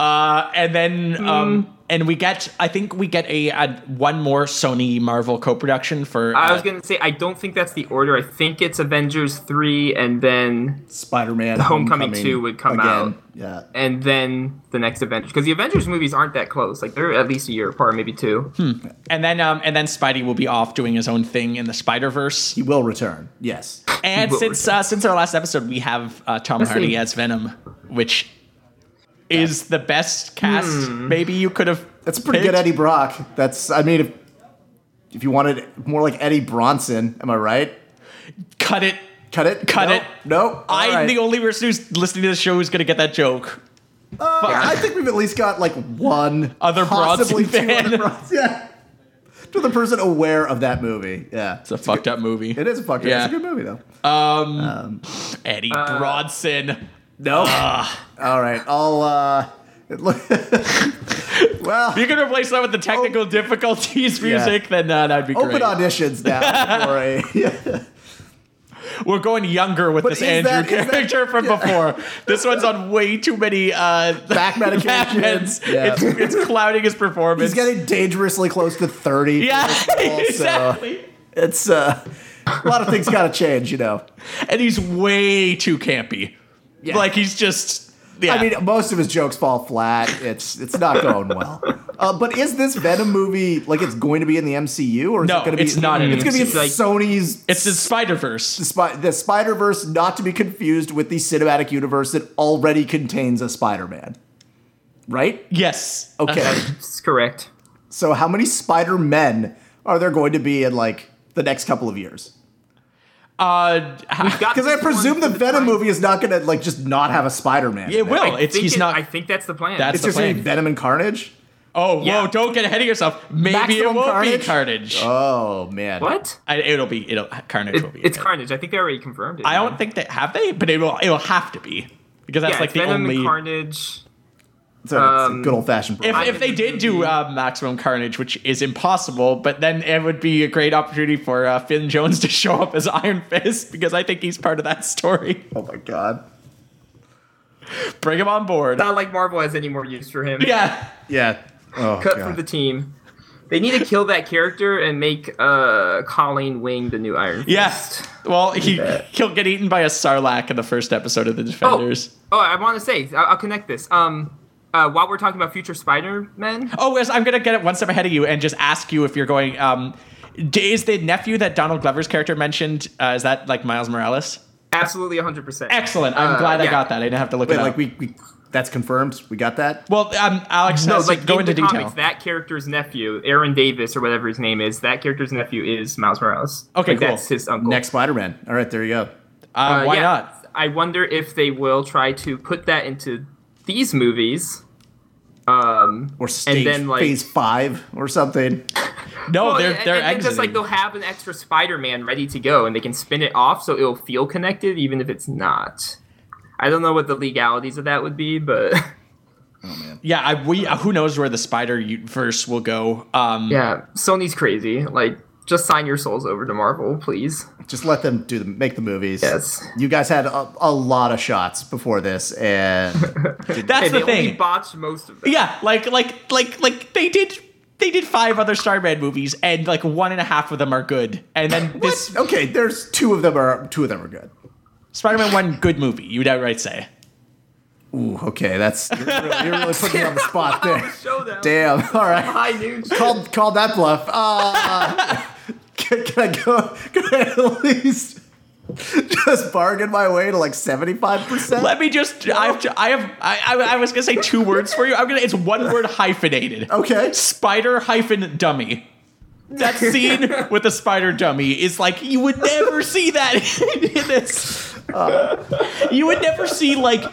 D: uh, and then
E: Hmm.
D: um, and we get I think we get a, a one more Sony Marvel co production for
E: I
D: uh,
E: was gonna say I don't think that's the order. I think it's Avengers three and then
F: Spider-Man
E: Homecoming 2 would come out.
F: Yeah.
E: and then the next Avengers because the Avengers movies aren't that close. Like they're at least a year apart, maybe two.
D: Hmm. and then um, and then Spidey will be off doing his own thing in the Spider Verse.
F: He will return. Yes.
D: And
E: What
D: since uh, since our last episode, we have uh, Tom
E: Let's
D: Hardy
E: see.
D: as Venom, which is the best cast maybe you could have.
F: Hmm. That's a pretty good Eddie Brock. That's I mean if if you wanted more like Eddie Bronson, am I right?
D: Cut it.
F: Cut it.
D: Cut
F: no,
D: it.
F: No.
D: I'm
F: All right.
D: the only person who's listening to the show who's going to get that joke.
F: Uh, I think we've at least got like one
D: Other
F: possibly
D: Bronson
F: two other
D: fan.
F: Brons- Yeah. To the person aware of that movie. Yeah.
D: It's a fucked up movie.
F: It is a fucking
D: Yeah. Um,
F: it's a good movie though. Um,
D: Eddie
F: Uh,
D: Bronson.
F: No. All right. I'll uh Well,
D: If you can replace that with the technical difficulties music, then uh, that'd be
F: Oh. open
D: great.
F: auditions now for a
D: We're going younger with this
F: is
D: Andrew
F: that- is that-
D: character from before. This one's on way too many uh,
F: back medication.
D: meds.
F: Yeah.
D: It's, it's clouding his performance.
F: He's getting dangerously close to 30. for
D: Yeah,
F: this role, so
D: exactly.
F: It's uh, a lot of things got to change, you know.
D: And he's way too campy. Like he's just. Yeah.
F: I mean, most of his jokes fall flat. It's it's not going well. Uh, but is this Venom movie like it's going to be in the MCU or is
D: No,
F: it going to be?
D: it's not in
F: It's
D: the
F: going to be
D: MCU.
F: in Sony's
D: it's the Spider Verse.
F: Spi- the Spider Verse, not to be confused with the cinematic universe that already contains a Spider Man. Right?
D: Yes.
F: Okay.
D: Uh-huh.
E: That's correct.
F: so how many Spider Men are there going to be in like the next couple of years?
D: Uh,
F: Because I presume the Venom movie is not going to like just not have a Spider Man.
D: it will.
E: I
D: It's
E: think
D: he's
E: it-
D: not.
E: I think that's the plan.
D: That's
F: It's
D: the
F: just going to
D: plan.
F: be Venom and Carnage.
D: oh,
E: Yeah.
D: whoa! Don't get ahead of yourself. Maybe
F: Maximum
D: it won't
F: Carnage?
D: be Carnage.
F: Oh man!
E: what?
D: I, it'll be. It'll Carnage
E: It,
D: will be. in
E: it's
D: it.
E: Carnage. I think they already confirmed it.
D: I
E: man.
D: don't think they have they, but it will. It will have to be because that's
E: yeah,
D: like
E: it's
D: the
E: Venom
D: only.
E: and Carnage.
F: So it's a
E: Um,
F: good old fashioned.
D: If,
E: I-
D: if they did do uh, maximum carnage, which is impossible, but then it would be a great opportunity for uh, Finn Jones to show up as Iron Fist because I think he's part of that story.
F: oh my god!
D: Bring him on board.
E: Not like Marvel has any more use for him.
D: Yeah,
F: Yeah. Oh
E: Cut
F: god.
E: from the team. They need to kill that character and make uh, Colleen Wing the new Iron Fist.
D: yes. Well, he he'll get eaten by a sarlacc in the first episode of the Defenders.
E: Oh, I want to say, I'll, I'll connect this. Um, uh, while we're talking about future Spider-Man,
D: Oh, yes, I'm gonna get it one step ahead of you and just ask you if you're going. Um, d- is the nephew that Donald Glover's character mentioned? Uh, is that like Miles Morales?
E: absolutely 100%.
D: Excellent. I'm
E: Uh,
D: glad I
E: yeah.
D: got that. I didn't have to look
F: Wait,
D: it up.
F: like we, we that's confirmed. We got that.
D: well, um, Alex,
E: No,
D: has to
E: like
D: go
E: in
D: into
E: the
D: detail.
E: comics, that character's nephew, Aaron Davis or whatever his name is, that character's nephew is Miles Morales.
D: Okay,
E: Like,
D: cool.
E: That's his uncle.
F: Next Spider Man. All right, there you go.
D: uh,
E: Uh,
D: why
E: yeah.
D: not?
E: I wonder if they will try to put that into these movies. Um,
F: Or stage
E: then, like-
F: phase five or something.
D: No,
E: well,
D: they're
E: and-
D: they're
E: and then just like
D: exiting.
E: they'll have an extra Spider-Man ready to go, and they can spin it off so it'll feel connected, even if it's not. I don't know what the legalities of that would be, but
D: yeah, I, we who knows where the Spider U- verse will go. Um,
E: yeah, Sony's crazy. Like, just sign your souls over to Marvel, please.
F: Just let them do the make the movies.
E: Yes.
F: You guys had a, a lot of shots before this, and
D: that's
E: And
D: the
E: they only
D: thing.
E: botched most of them.
D: yeah, like like like like they did they did five other Starman movies, and like one and a half of them are good, and then this
F: okay, there's two of them are two of them are good.
D: Spider-Man one good movie. You'd outright say.
F: Ooh, okay, that's you're really, you're really putting me on the spot there.
E: Showdown.
F: Damn. All right.
E: High noon.
F: Called called that bluff. Uh, can, can I go? Can I at least just bargain my way to like seventy five percent?
D: Let me just. I have. I have. I, I, I was gonna say two words for you. I'm gonna. It's one word
E: Oh,
D: hyphenated.
F: Okay.
D: Spider hyphen dummy. That scene with the spider dummy is like you would never see that in, this. Uh, you would never see like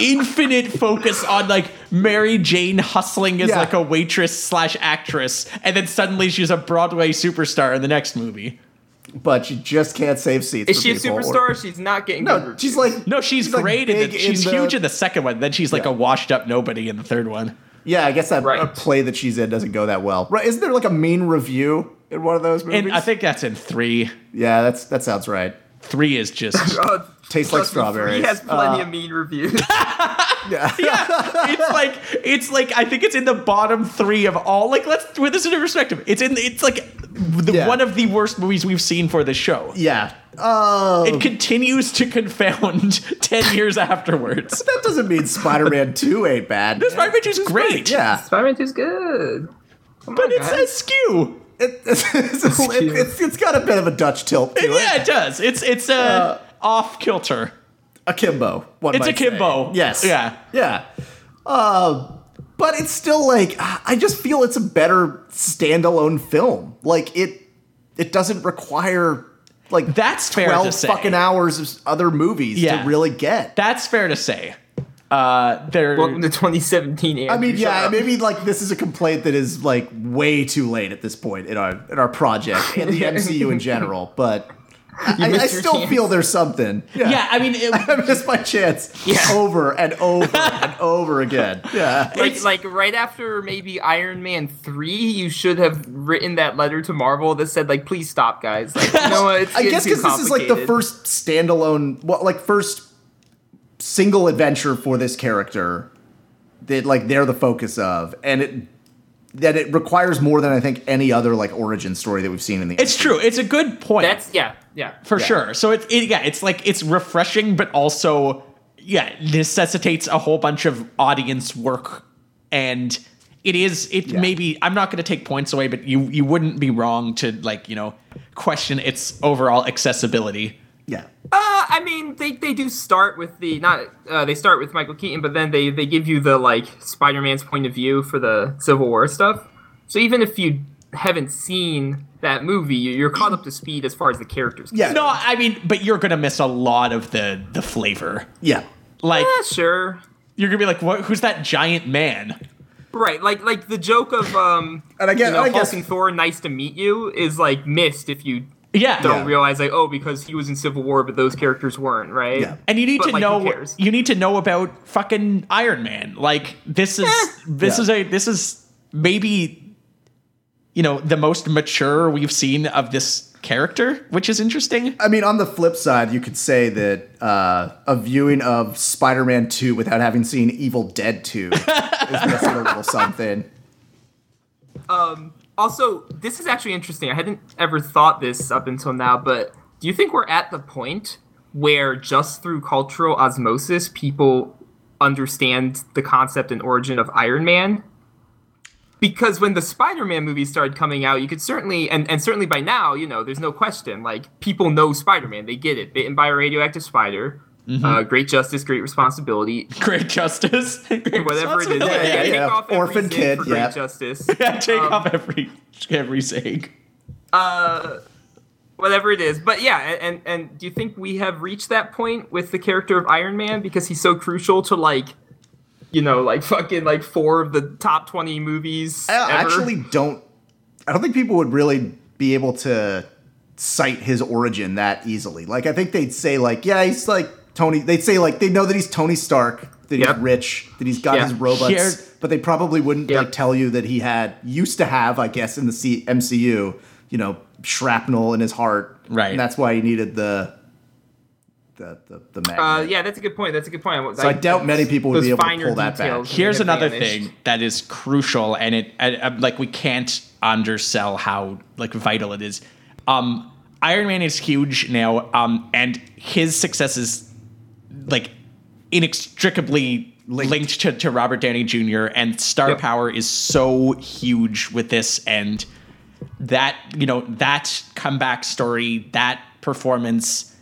D: infinite focus on like Mary Jane hustling as
F: Yeah.
D: like a waitress slash actress, and then suddenly she's a Broadway superstar in the next movie.
F: But you just can't save seats.
E: Is
F: for
E: she a
F: people or-
E: superstar? She's not getting good
F: No,
E: reviews.
F: she's like
D: No, she's,
F: She's, like,
D: great. in
F: big
D: the,
F: in
D: she's
F: the-
D: huge in the second one. Then she's like
F: Yeah.
D: a washed up nobody in the third one.
F: yeah. I guess that
E: Right.
F: uh, play that she's in doesn't go that well. Right? Isn't there like a mean review in one of those movies?
D: And I think that's in three.
F: yeah, that's that sounds right.
D: Three is just
E: Oh,
F: Tastes like
E: trust me,
F: strawberries.
E: He has plenty
F: Uh,
E: of mean reviews.
D: it's like it's like I think it's in the bottom three of all. Like let's put this into perspective. It's in it's like the,
F: Yeah.
D: one of the worst movies we've seen for this show.
F: Yeah. Oh.
D: It continues to confound ten years afterwards.
F: that doesn't mean Spider-Man 2 ain't bad.
D: Spider-Man is great,
F: yeah.
E: Spider-Man 2's good. Come
D: but
E: on,
D: it's
E: guys.
D: askew.
F: It, it's, it's, it,
E: cute.
F: it's, it's got a bit of a Dutch tilt to
D: Yeah,
F: it.
D: it does. It's it's a
F: Uh,
D: off kilter.
F: Akimbo. One
D: It's
F: might say.
D: akimbo.
F: Yes.
D: Yeah.
F: Yeah. Um, but it's still like I just feel it's a better standalone film. Like it, it doesn't require like
D: That's fair to
F: twelve
D: say.
F: fucking hours of s- other movies
D: Yeah.
F: to really get.
D: That's fair to say. Uh, there.
E: Welcome to 2017. Andrew.
F: I mean, yeah,
E: Shut up.
F: maybe like this is a complaint that is like way too late at this point in our in our project and the MCU in general. But I, I
E: missed your
F: still
E: chance.
F: feel there's something.
D: yeah, I mean, it,
F: I missed my chance
E: Yeah.
F: over and over and over again. Yeah.
E: Like, like right after maybe Iron Man three, you should have written that letter to Marvel that said like, "Please stop, guys." Like, you know what? It's
F: I
E: getting
F: guess
E: too
F: because this is like the
E: complicated.
F: first standalone, well, like first single adventure for this character that like they're the focus of, and it that it requires more than I think any other like origin story that we've seen in the.
D: it's true. It's a good point.
E: That's yeah, yeah.
D: for sure. So it's it, yeah, it's like it's refreshing, but also yeah, necessitates a whole bunch of audience work, and it is it
F: Yeah.
D: maybe I'm not going to take points away, but you you wouldn't be wrong to like you know question its overall accessibility.
F: yeah.
E: Uh, I mean, they, they do start with the not uh, they start with Michael Keaton, but then they they give you the like Spider-Man's point of view for the Civil War stuff. So even if you haven't seen that movie, you- you're caught up to speed as far as the characters. go.
F: Yeah.
D: No, I mean, but you're going to miss a lot of the the flavor.
F: Yeah.
D: Like
E: Yeah, sure.
D: you're going to be like, what? Who's that giant man?
E: Right, like like the joke of um,
F: And I guess-
E: you know,
F: I
E: Hulk
F: guess-
E: and Thor, nice to meet you, is like missed if you
D: Yeah.
E: don't
F: Yeah.
E: realize like oh because he was in Civil War but those characters weren't right.
F: Yeah.
D: And you need
E: But,
D: to
E: like, who
D: know
E: cares?
D: you need to know about fucking Iron Man. Like this is this
F: Yeah.
D: is a this is maybe you know the most mature we've seen of this character, which is interesting.
F: I mean, on the flip side, you could say that uh, a viewing of Spider-Man 2 without having seen Evil Dead 2 is missing a little something.
E: Also, this is actually interesting. I hadn't ever thought this up until now, but do you think we're at the point where just through cultural osmosis, people understand the concept and origin of Iron Man? Because when the Spider-Man movies started coming out, you could certainly and, and certainly by now, you know, there's no question. Like people know Spider-Man, they get it. Bitten by a radioactive spider,
F: Mm-hmm.
E: uh, great justice, great responsibility,
D: Great justice, Great
E: whatever it is.
D: responsibility.
E: Yeah, Um,
F: yeah,
E: take
F: yeah.
E: off every
F: Orphan
E: sin
F: kid,
E: for
F: yeah.
E: great justice.
D: Yeah, take off every every saying.
E: whatever it is. But yeah, a- and and do you think we have reached that point with the character of Iron Man because he's so crucial to like, you know, like fucking like four of the top twenty movies?
F: I
E: ever?
F: Uh, actually don't. I don't think people would really be able to cite his origin that easily. Like, I think they'd say like, yeah, he's like Tony. They'd say like they know that he's Tony Stark, that
E: Yep.
F: he's rich, that he's got
E: Yeah.
F: his robots,
D: Here-
F: but they probably wouldn't
E: Yep.
F: like tell you that he had used to have, I guess, in the C- MCU, you know, shrapnel in his heart,
D: Right.
F: And that's why he needed the the the, the magnet.
E: Uh, yeah, that's a good point. That's a good point.
F: So I doubt many people would
E: those
F: be able to
E: finer
F: pull that back.
E: details may
D: Here's
E: have
D: another
E: vanished.
D: thing that is crucial, and it I, I'm like we can't undersell how like vital it is. Um, Iron Man is huge now, um, and his success is like inextricably linked, to, to Robert Downey Jr. and star
E: Yep.
D: power is so huge with this and that you know that comeback story that performance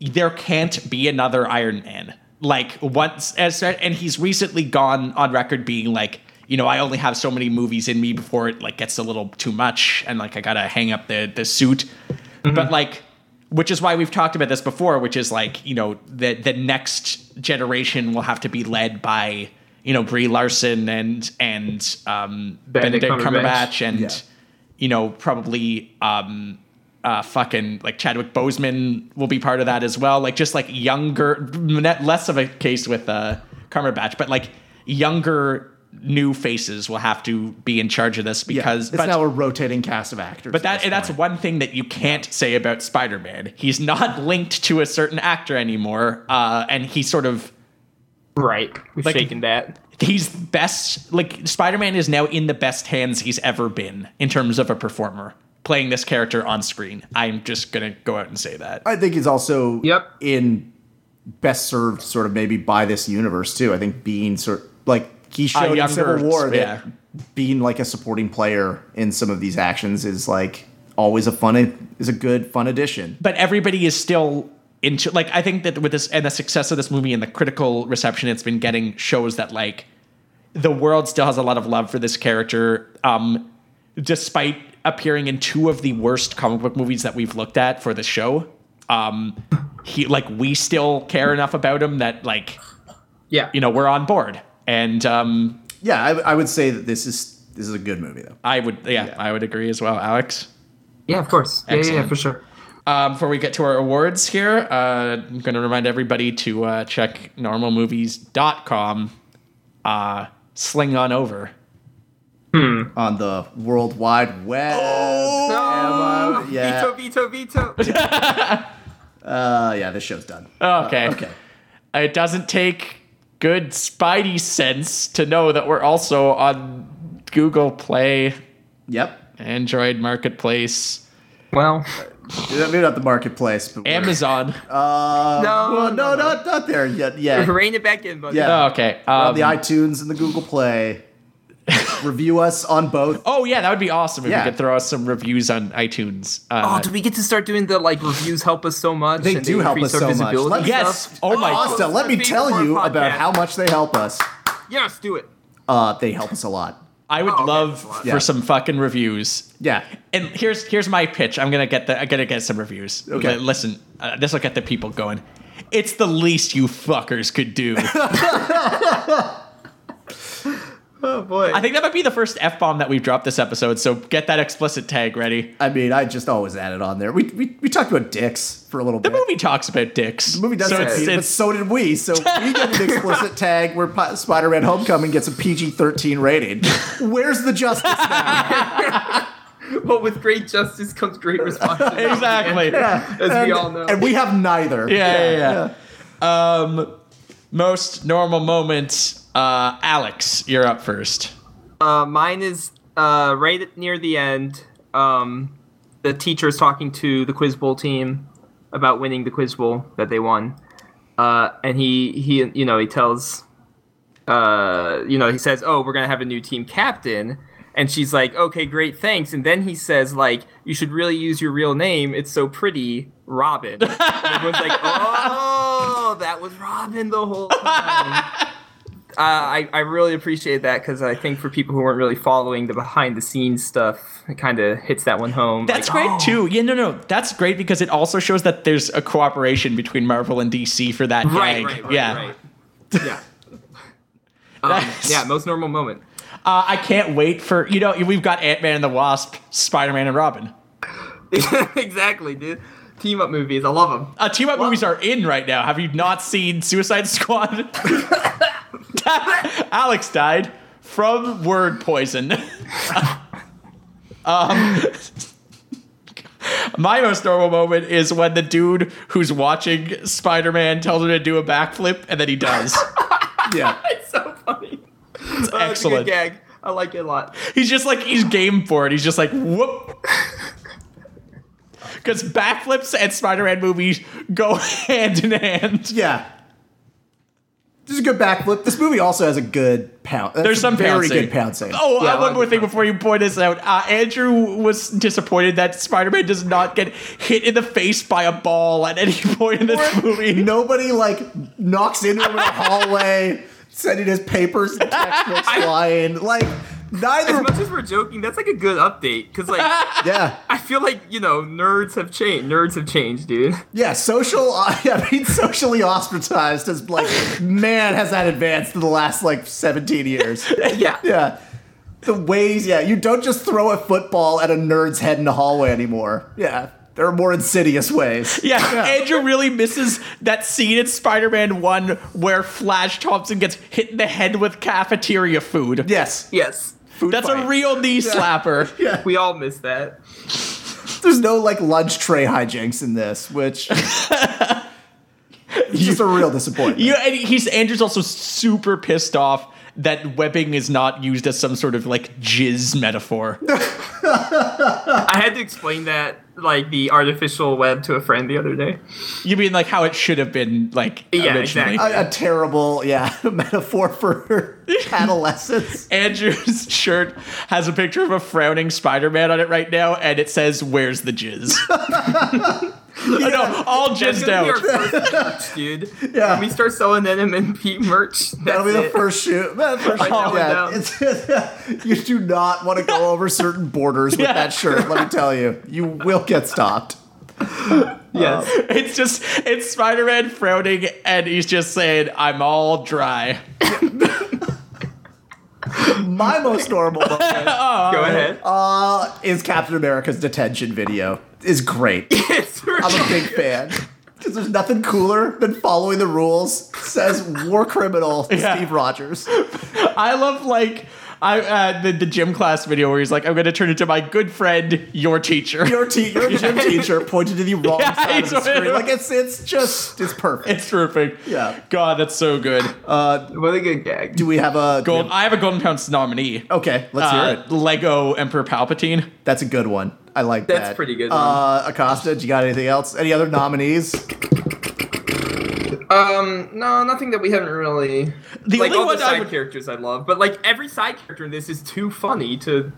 D: there can't be another Iron Man like once as and he's recently gone on record being like you know I only have so many movies in me before it like gets a little too much and like I gotta hang up the the suit but like which is why we've talked about this before which is like you know the the next generation will have to be led by you know Brie Larson and and um
E: Benedict
D: Benedict,
E: Cumberbatch.
D: Cumberbatch, and
F: Yeah.
D: you know probably um uh fucking like Chadwick Boseman will be part of that as well like just like younger net- less of a case with uh Cumberbatch but like younger new faces will have to be in charge of this because
F: it's
D: but-
F: now a rotating cast of actors.
D: but that that's one thing that you can't say about Spider-Man. He's not linked to a certain actor anymore, uh, and he sort of
E: Right. We've
D: Like-
E: shaken that.
D: he's best. Like Spider-Man is now in the best hands he's ever been in terms of a performer playing this character on screen. I'm just gonna go out and say that.
F: I think he's also
E: Yep.
F: in best served sort of maybe by this universe too. I think Bean sort like he showed in
D: younger
F: Civil War that
D: yeah.
F: being like a supporting player in some of these actions is like always a fun is a good fun addition.
D: but everybody is still into like I think that with this and the success of this movie and the critical reception it's been getting shows that like the world still has a lot of love for this character um despite appearing in two of the worst comic book movies that we've looked at for the show um he like we still care enough about him that like
E: Yeah.
D: you know we're on board and um
F: Yeah, I, I would say that this is this is a good movie though.
D: I would yeah. I would agree as well Alex
E: Yeah, of course. Yeah, yeah, yeah,
D: Excellent.
E: for sure.
D: Um, before we get to our awards here, uh, I'm going to remind everybody to uh, check normalmovies.com. Uh, sling on over.
F: On the World Wide Web. Oh!
E: No.
F: yeah.
E: Veto, veto, veto.
F: Uh, yeah, this show's done.
D: Okay.
F: Okay.
D: It doesn't take good Spidey sense to know that we're also on Google Play,
F: Yep.
D: Android Marketplace,
E: well,
F: Maybe not the marketplace, but we're-
D: Amazon.
F: Uh,
E: No,
F: well, no,
E: no, no.
F: not not there yet. Yeah,
E: rein it back in, buddy.
F: Yeah.
D: Oh, okay.
F: on
D: Um,
F: the iTunes and the Google Play. Review us on both.
D: oh, yeah. That would be awesome if
F: Yeah.
D: you could throw us some reviews on iTunes.
E: Oh,
D: Uh,
E: do we get to start doing the like reviews help us so much?
F: They
E: and
F: do help
E: increase
F: us
E: our
F: so much.
E: visibility
F: Let-
E: and
D: yes.
E: stuff?
D: Oh, my God.
F: Asta, let me
E: Feed
F: tell
E: for
F: you
E: podcast.
F: about how much they help us.
E: Yes, do it.
F: Uh, they help us a lot.
D: I would
E: Oh, okay.
D: love
F: Yeah.
D: for some fucking reviews.
F: Yeah,
D: And here's here's my pitch. I'm gonna get the I'm gonna get some reviews.
F: Okay.
D: L- listen, uh, this will get the people going. It's the least you fuckers could do.
E: Oh boy.
D: I think that might be the first f bomb that we've dropped this episode. So get that explicit tag ready.
F: I mean, I just always add it on there. We we, we talked about dicks for a little
D: The
F: bit.
D: movie talks about dicks. The
F: movie does
D: so
F: have
D: it's,
F: dicks, but
D: it's
F: so did we. So we get an explicit tag where Pi- Spider-Man: Homecoming gets a PG-13 rating. Where's the justice now?
E: but with great justice comes great responsibility.
D: exactly. Yeah.
E: As we all know.
F: and we have neither.
D: Yeah, yeah, Um, most normal moment. Uh, Alex, you're up first.
E: Uh, mine is uh, right at- near the end. Um, the teacher is talking to the Quiz Bowl team about winning the Quiz Bowl that they won, uh, and he he you know he tells, uh, you know he says, "Oh, we're gonna have a new team captain," and she's like, "Okay, great, thanks." And then he says, "Like, you should really use your real name. It's so pretty, Robin." and everyone's like, "Oh, that was Robin the whole time." Uh, I, I really appreciate that because I think for people who weren't really following the behind the scenes stuff, it kind of hits that one home.
D: That's
E: Like, oh,
D: great too. Yeah, no, no, that's great because it also shows that there's a cooperation between Marvel and DC for that.
E: oh,
D: gag.
E: Right, right, right,
D: yeah.
E: right. Yeah. um, yeah, most normal moment.
D: Uh, I can't wait for you know we've got Ant Man and the Wasp, Spider Man and Robin.
E: exactly, dude. Team up movies, I love them.
D: Uh, team up movies are in right now. Have you not seen Suicide Squad? Alex died from word poison. um, my most normal moment is when the dude who's watching Spider Man tells him to do a backflip and then he does.
F: yeah.
E: It's so funny. It's
D: excellent.
E: a good gag. I like it a lot.
D: He's just like he's game for it. He's just like whoop. Because backflips and Spider-Man movies go hand in hand.
F: Yeah. This is a good backflip. This movie also has a good pound.
D: There's some
F: very
D: pouncing.
F: good pouncing.
D: Oh,
E: Yeah,
D: uh, one
E: I
D: more
E: like
D: thing
E: that.
D: before you point this out. Uh, Andrew was disappointed that Spider-Man does not get hit in the face by a ball at any point in this movie.
F: Nobody like knocks into him in the hallway, sending his papers and textbooks flying. Like
E: As
F: neither.
E: much as we're joking, that's like a good update because like I
F: Yeah,
E: feel like you know nerds have changed. Nerds have changed, dude.
F: yeah. Social. I mean, socially ostracized is like man has that advanced in the last like 17 years.
E: yeah.
F: Yeah. The ways, yeah, you don't just throw a football at a nerd's head in the hallway anymore. Yeah, there are more insidious ways.
D: Yeah, Andrew really misses that scene in Spider-Man 1 where Flash Thompson gets hit in the head with cafeteria food.
F: Yes.
E: Yes.
D: That's
F: fight.
D: a real knee slapper.
E: We all miss that.
F: There's no like lunch tray hijinks in this, which it's just a real disappointment.
D: You and he's Andrew's also super pissed off that webbing is not used as some sort of like jizz metaphor.
E: I had to explain that like the artificial web to a friend the other day.
D: you mean like how it should have been like
E: Yeah,
D: originally?
E: exactly.
F: a, a terrible, yeah, metaphor for adolescence.
D: Andrew's shirt has a picture of a frowning Spider-Man on it right now, and it says, "Where's the jizz?" Oh, no, all
E: That's
D: jizzed
E: gonna be
D: out.
E: our first merch, dude.
F: Yeah.
E: When we start selling NMNP merch, that's
F: That'll be the
E: it.
F: first shoot. that first shoot,
D: Oh,
E: that one
F: yeah.
E: down.
F: It's- you do not want to go over certain borders with
D: Yeah.
F: that shirt. Let me tell you, you will get stopped.
E: Yes.
D: It's just it's Spider-Man frowning, and he's just saying, "I'm all dry."
F: My most normal moment
E: Go ahead.
F: is Captain America's detention video. Is great.
E: It's
F: I'm a big fan. Because there's nothing cooler than following the rules, says war criminal
D: Yeah.
F: Steve Rogers.
D: I love like I uh, the the gym class video where he's like, "I'm going to turn into my good friend, your teacher."
F: Your, te- your gym teacher pointed to the wrong
D: Yeah,
F: side of the
D: he's-
F: screen. Like, it's, it's just, it's perfect.
D: It's perfect.
F: Yeah. Oh,
D: God, that's so good.
E: what a good gag.
F: Do we have a. do we
D: Gold. I have a Golden Pounds nominee.
F: have- okay, let's hear
D: Uh,
F: it.
D: Lego Emperor Palpatine.
F: That's a good one. I like
E: That's
F: that.
E: pretty good one.
F: Uh, Acosta, do you got anything else? Any other nominees?
E: Um, no, nothing that we haven't really.
D: The
E: like
D: only
E: all
D: one
E: the
D: I
E: side
D: would-
E: characters I love, but like every side character in this is too funny to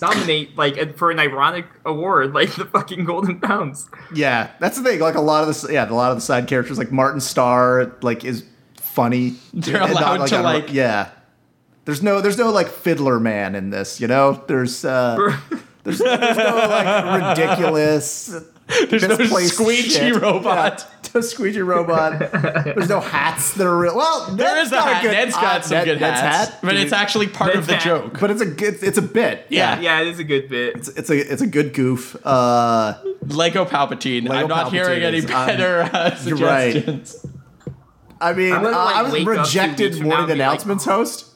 E: nominate like a- for an ironic award like the fucking Golden Pounds.
F: Yeah, that's the thing. Like a lot of the yeah, a lot of the side characters, like Martin Starr, like is funny.
D: They're
F: And
D: allowed to,
F: on-
D: like-
F: yeah. There's no there's no like fiddler man in this, you know. There's uh, there's, there's no like ridiculous
D: There's no
F: misplaced
D: squeegee
F: shit.
D: robot.
F: Yeah, no squeegee robot. There's no hats that are real. Well,
D: There
F: Ned's
D: is a
F: got
D: hat.
F: good,
D: Ned's
F: uh,
D: got some
F: Ned-
D: good
F: Ned's
D: hats,
F: hat.
D: but it's actually part
E: Ned's
D: of the
E: hat.
D: joke.
F: But it's a good it's a bit.
D: Yeah.
E: Yeah, it is a good bit.
F: It's a it's a good goof. Uh,
D: Lego Palpatine.
F: Lego
D: I'm not
F: Palpatine
D: hearing any
F: is- I'm-
D: better uh,
F: you're right.
D: suggestions.
F: I mean,
E: I'm gonna,
F: uh,
E: like,
F: I was
E: wake up two
F: rejected
E: weeks from now
F: morning
E: and be like, "Oh."
F: announcements host.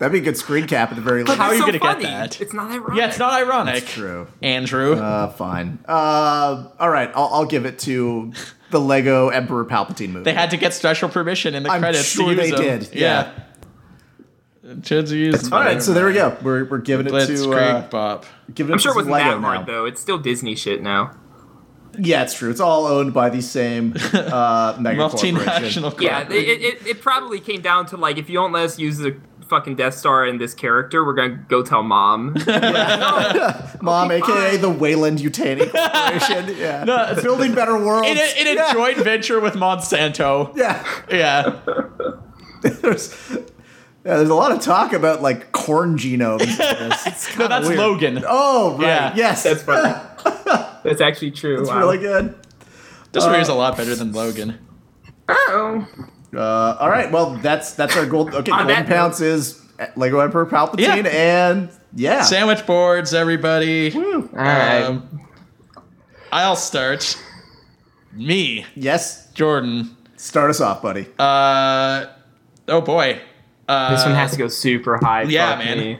F: That'd be a good screen cap at the very least.
D: How are
E: It's
D: you gonna
E: so
D: get
E: funny.
D: that?
E: It's not ironic.
D: Yeah, it's not ironic.
F: true.
D: Andrew.
F: Uh, fine. Uh, all right, I'll, I'll give it to the Lego Emperor Palpatine movie.
D: they had to get special permission in the
F: I'm
D: credits. to
F: sure
D: use
F: they
D: them.
F: did,
D: Yeah. To use.
F: all right, so there we go. We're, we're giving it
D: Let's
F: to
D: crank
F: uh,
D: bop.
F: giving it
E: I'm sure
F: to
E: it wasn't
F: Lego
E: that hard
F: now.
E: though. It's still Disney shit now.
F: Yeah, it's true. It's all owned by the same uh, mega corporation.
D: Multinational.
E: Yeah,
D: corp.
E: it, it, it, it probably came down to like if you don't let us use the fucking Death Star in this character, we're gonna go tell mom.
F: Mom,
E: Okay,
F: aka
E: fine.
F: the Wayland Utani Corporation. Yeah,
D: No, it's-
F: building better worlds.
D: in a, in a
F: yeah.
D: joint venture with Monsanto.
F: yeah.
D: Yeah.
F: there's yeah, there's a lot of talk about like corn genomes. in this. It's
D: No,
F: kinda
D: that's
F: weird.
D: Logan.
F: Oh
D: Yeah.
F: right, yes,
E: That's funny. That's actually true.
F: It's
E: wow.
F: really good.
D: This movie is a lot better than Logan.
E: Oh,
F: Uh, all right, well that's that's our gold. Okay,
E: On
F: Golden
E: that
F: Pounce is Lego Emperor Palpatine, and yeah,
D: Sandwich boards, everybody.
E: all right.
D: Um, I'll start. Me,
F: yes,
D: Jordan.
F: start us off, buddy.
D: Uh, oh boy. Uh,
E: This one has to go super high.
D: yeah,
E: fuck
D: man.
E: me.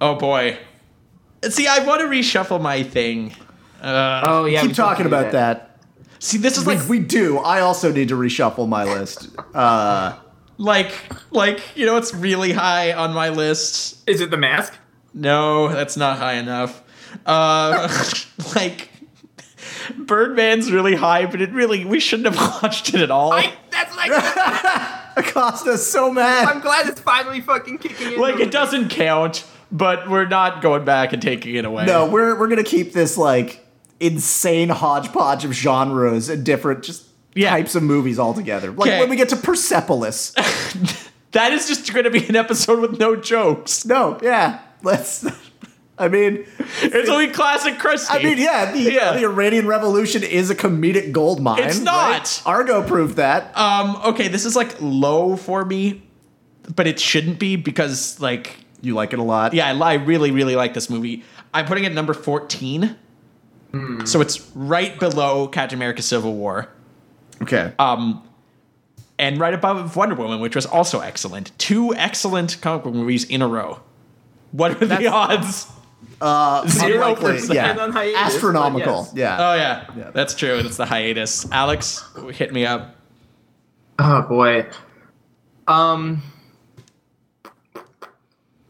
D: oh boy. See, I want to reshuffle my thing. Uh,
E: Oh yeah.
F: Keep
E: we should
F: talking
E: do
F: about that.
D: see, this is
F: Like
D: like
F: we do. I also need to reshuffle my list. Uh,
D: like like you know it's really high on my list.
E: Is it the mask?
D: No, that's not high enough. Uh, like Birdman's really high, but it really we shouldn't have watched it at all.
E: I, that's what I.
F: Acosta's so mad.
E: I'm glad it's finally fucking kicking in.
A: Like it doesn't count, but we're not going back and taking it away.
F: No, we're we're gonna keep this like insane hodgepodge of genres and different just
A: Yeah.
F: types of movies altogether. Like
A: Okay.
F: when we get to Persepolis.
A: That is just going to be an episode with no jokes.
F: no, yeah, let's. I mean,
A: It's only classic Christie.
F: I mean, yeah, the,
A: Yeah.
F: the Iranian Revolution is a comedic gold mine.
A: It's not.
F: right? Argo proved that.
D: Um, okay, this is like low for me, but it shouldn't be because like
F: you like it a lot.
D: yeah, I, li- I really really like this movie. I'm putting it number 14.
F: Hmm.
D: So it's right below Captain America: Civil War.
F: Okay.
D: and right above Wonder Woman, which was also excellent. Two excellent comic book movies in a row. What are the odds?
A: zero
F: Unlikely,
A: percent.
E: And on
F: Uh, Yeah.
E: hiatus,
F: Astronomical.
E: but yes.
F: Yeah.
D: Oh yeah,
F: Yeah.
D: that's true. It's the hiatus. Alex, hit me up.
E: Oh boy. Um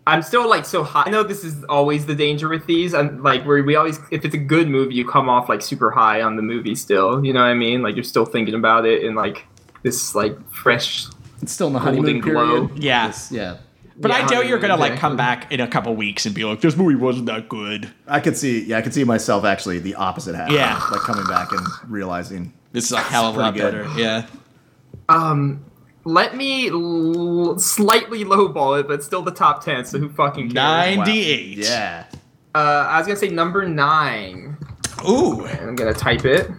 E: I'm still like so high. I know this is always the danger with these. I'm like where we always if it's a good movie you come off like super high on the movie still. You know what I mean? Like you're still thinking about it and like this like fresh
F: it's still in the honeymoon
E: golden glow.
F: period.
D: Yeah,
F: Yeah.
D: but I
E: Yeah,
D: doubt you're gonna like
E: exactly.
D: come back in a couple weeks and be like, "This movie wasn't that good."
F: I could see. Yeah, I could see myself actually the opposite half.
D: Yeah.
F: Like coming back and realizing.
D: This is a hell of a lot
F: pretty good.
D: better. Yeah.
E: Um let me l- slightly lowball it, but still the top 10, so who fucking cares?
D: Ninety-eight.
F: Yeah.
E: Uh, I was going to say number 9.
D: Ooh.
E: I'm gonna type it.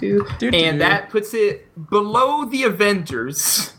D: Doo-doo.
E: And that puts it below the Avengers.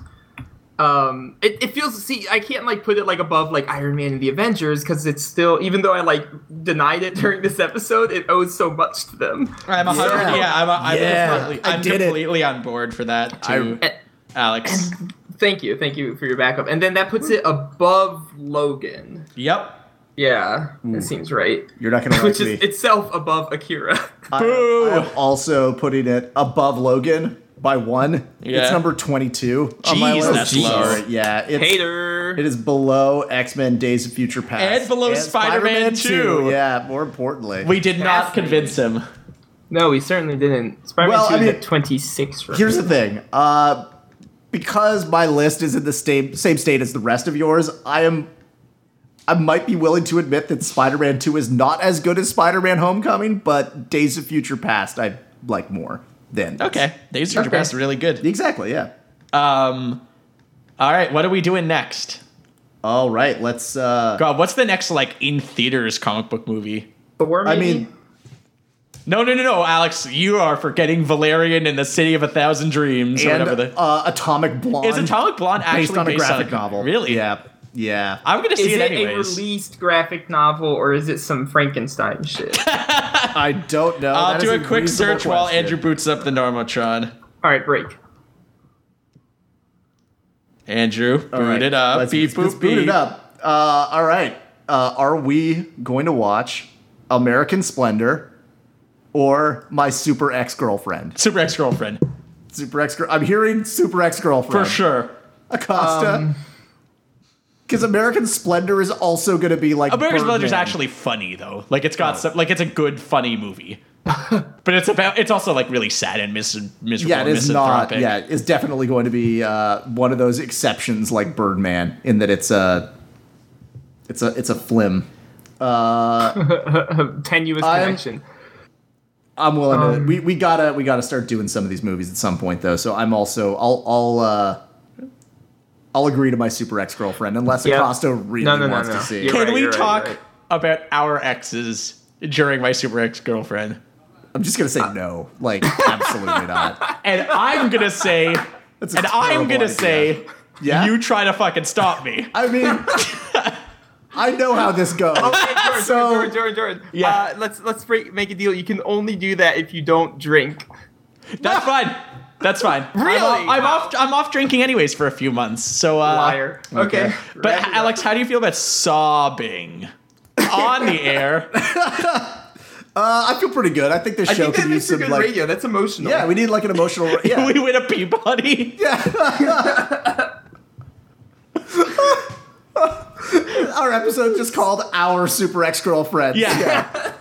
E: Um, it, it feels see I can't like put it like above like Iron Man and the Avengers because it's still even though I like denied it during this episode it owes so much to them.
D: I'm a hundred.
F: Yeah.
D: Yeah. I'm. A, I'm
F: Yeah.
D: completely.
F: I
D: I'm
F: did it.
D: completely on board for that too,
E: And,
D: Alex.
E: Eh, thank you, thank you for your backup. And then that puts it above Logan.
D: Yep.
E: Yeah, that seems right.
F: You're not gonna like
E: Which
F: me.
E: is itself above Akira.
F: I-
D: Boo.
F: I am also putting it above Logan by one. It's
D: Yeah.
F: number 22 on my
D: Jeez,
F: list.
D: that's low.
F: Sorry, Yeah, it's,
E: Hater.
F: it is below X Men Days of Future Past.
D: And below Spider-Man 2.
F: Yeah, more importantly.
D: We did not
E: Fascinating.
D: convince him.
E: no, we certainly didn't. Spider-Man
F: Well,
E: 2
F: I
E: is
F: mean,
E: at 26 for
F: Here's
E: me.
F: the thing. Uh, because my list is in the same, same state as the rest of yours, I am. I might be willing to admit that Spider-Man 2 is not as good as Spider-Man Homecoming, but Days of Future Past I like more than.
D: Okay. Days of Future
E: Okay.
D: Past is really good.
F: Exactly, yeah.
D: Um, all right, what are we doing next?
F: All right, let's uh
D: God, what's the next like in theaters comic book movie?
E: Thor,
F: I
E: maybe?
F: mean,
D: No, no, no, no, Alex, you are forgetting Valerian and the City of a Thousand Dreams or
F: and
D: whatever. The,
F: uh, Atomic Blonde
D: is Atomic Blonde actually
F: based on a graphic
D: on-
F: novel.
D: Really?
F: Yeah. Yeah.
D: I'm gonna see
E: Is
D: it,
E: it a
D: anyways.
E: released graphic novel or is it some Frankenstein shit? All
F: I don't know.
D: I'll
F: Oh, That
D: do
F: is
D: a quick
F: reasonable
D: search while
F: question.
D: Andrew boots up the Normotron.
E: right, break.
D: Andrew, boot
F: All right,
D: it up.
F: Let's,
D: beep,
F: let's- let's
D: boop,
F: boot it
D: beep.
F: up. Uh, all right. Uh, are we going to watch American Splendor or My Super Ex Girlfriend?
D: Super Ex Girlfriend.
F: Super Ex. I'm hearing Super Ex Girlfriend
D: For sure. Um,
F: Acosta. Because American Splendor is also going to be like
D: American
F: Birdman. Oh.
D: Splendor is actually funny though. Like it's got some like it's a good funny movie. but it's about it's also like really sad and mis- miserable
F: yeah, it
D: and
F: is not.
D: misanthropic.
F: Yeah, it's definitely going to be uh, one of those exceptions like Birdman in that it's a, it's a, it's a flim.
E: Tenuous
F: I'm-
E: connection.
F: I'm willing to.
E: Um,
F: We, we gotta we gotta start doing some of these movies at some point though. So I'm also I'll I'll uh, I'll agree to my super ex girlfriend unless
E: Yeah.
F: Acosta really
E: No, no, no,
F: wants
E: no.
F: to see.
E: You're
D: Can
E: right,
D: we
E: you're right,
D: talk
E: you're right.
D: about our exes during my super ex girlfriend?
F: I'm just gonna say
E: Uh,
F: no. Like absolutely not.
D: And I'm gonna say, and
F: That's a
D: I'm
F: terrible
D: gonna
F: idea.
D: say,
F: yeah.
D: you try to fucking stop me.
F: I mean, I know how this goes.
E: Jordan,
F: So-
E: Jordan, Jordan, Jordan, Jordan.
D: Yeah.
E: Uh, let's let's break, make a deal. You can only do that if you don't drink.
D: That's fine. That's fine.
E: Really?
D: I'm off, I'm off. I'm off drinking anyways for a few months. So uh,
E: Liar. Okay.
F: okay.
D: But
E: Wrap it up.
D: Alex, how do you feel about sobbing on the air?
F: Uh, I feel pretty good. I think this
E: I
F: show
E: think that
F: could use some
E: makes a good
F: like
E: radio. That's emotional.
F: yeah. We need like an emotional yeah.
D: we win a Peabody.
F: Our episode just called our super ex girlfriend.
D: Yeah.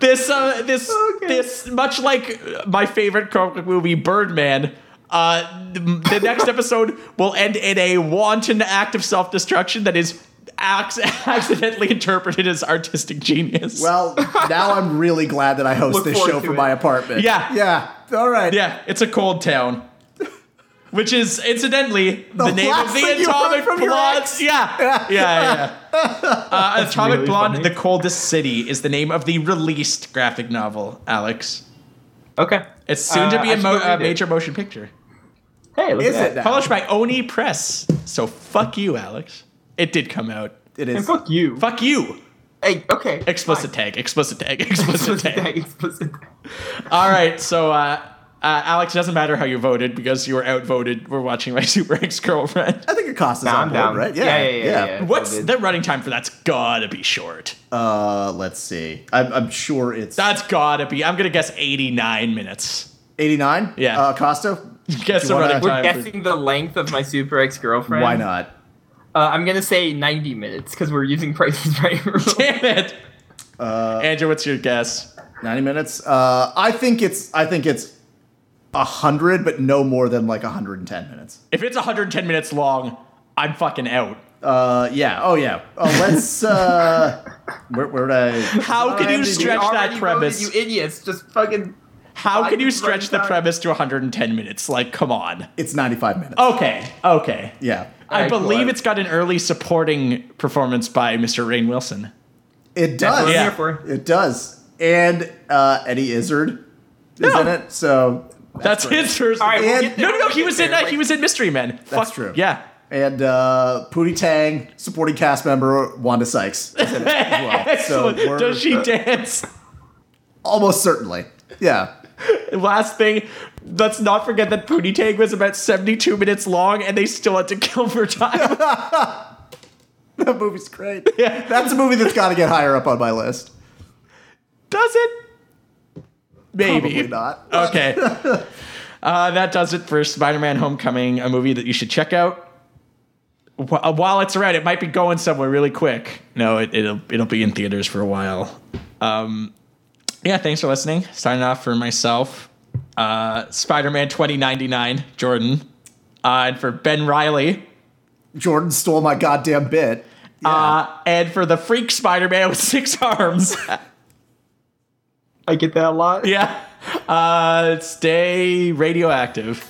D: This uh, this
E: Okay.
D: this much like my favorite comic book movie Birdman. Uh, the, the next episode will end in a wanton act of self destruction that is acc- accidentally interpreted as artistic genius.
F: Well, now I'm really glad that I host
E: Look
F: this
E: forward
F: show
E: to
F: from
E: it.
F: my apartment.
D: Yeah.
F: Yeah. All right.
D: yeah, it's a cold town. Which is incidentally the, name of
F: last
D: the
F: thing you heard
D: Atomic
F: from your
D: Blonde.
F: ex.
D: Yeah, yeah, yeah. yeah. Uh, Atomic
E: really
D: Blonde:
E: funny.
D: The Coldest City is the name of the released graphic novel. Alex,
E: Okay.
D: it's soon to
E: Uh,
D: be
E: I
D: a
E: should
D: mo-
E: go read
D: uh,
E: it.
D: major motion picture.
E: Hey, look
F: Is
E: at
F: it
E: that.
F: now?
D: Published by Oni Press. So fuck you, Alex. It did come out.
F: It
E: And
F: is.
E: fuck you.
D: Fuck you.
E: Hey, okay.
D: Explicit tag. Explicit tag. Explicit
E: Explicit
D: tag.
E: tag, explicit tag.
D: All right. So, uh, uh, Alex, it doesn't matter how you voted because you were outvoted. We're watching my super ex girlfriend.
F: I think Acosta's
E: Nah,
F: on
E: I'm
F: board,
E: down.
F: right?
E: Yeah, yeah, yeah. yeah, yeah.
D: What's
E: Voted.
D: the running time for that's gotta be short.
F: Uh, let's see. I'm, I'm sure it's
D: That's gotta be. I'm gonna guess 89 minutes.
F: 89.
D: Yeah.
F: Uh, Acosta.
D: Guess
F: you
D: the
F: wanna-
D: running
E: We're
D: time. for-
E: guessing the length of my super ex girlfriend.
F: Why not?
E: Uh, I'm gonna say 90 minutes because we're using prices right. rule.
D: Damn it.
E: Uh,
D: Andrew, what's your guess?
F: 90 minutes. Uh, I think it's. I think it's. A hundred, but no more than like 110 minutes.
D: If it's 110 minutes long, I'm fucking out.
F: Uh, yeah. Oh, yeah. Oh, let's. Uh, where where'd I?
D: How can you
E: We
D: stretch
E: already
D: that
E: voted,
D: premise?
E: You idiots! Just fucking.
D: How
E: I
D: can you
E: can
D: stretch
E: write
D: the
E: down-
D: premise to 110 minutes? Like, come on.
F: It's 95 minutes.
E: Oh.
D: Okay, okay.
F: yeah.
D: I
E: Alright, cool.
D: believe it's got an early supporting performance by Mr. Rain Wilson.
F: It
E: That's
F: does.
E: what I'm
D: Yeah.
E: here for.
F: It does. And uh, Eddie Izzard is
D: Yeah.
F: in it. So
D: Oh. That's,
F: great.
D: his first.
E: All right, we'll
F: And-
E: get there.
D: No, no, no. He
E: We'll
D: was
E: get
D: in.
E: there.
D: Uh, he was in Mystery Men.
F: That's
D: Fuck,
F: true.
D: Yeah.
F: And uh, Pootie Tang, supporting cast member Wanda Sykes. is in it as well.
D: Excellent.
F: So we're-
D: Does she dance?
F: Almost certainly. Yeah.
D: Last thing, let's not forget that Pootie Tang was about 72 minutes long and they still had to kill for time.
F: That movie's great.
D: Yeah.
F: That's a movie that's got to get higher up on my list.
D: Does it? Maybe.
F: Probably not.
D: Okay. Uh, that does it for Spider Man Homecoming, a movie that you should check out. Wh- uh, While it's around, it might be going somewhere really quick. No, it, it'll it'll be in theaters for a while. Um, yeah, thanks for listening. Signing off for myself, uh, Spider Man 2099, Jordan, uh, and for Ben Riley,
F: Jordan stole my goddamn bit. Yeah.
D: uh, and for the freak Spider Man with six arms.
E: I get that a lot.
D: yeah. Uh, stay radioactive.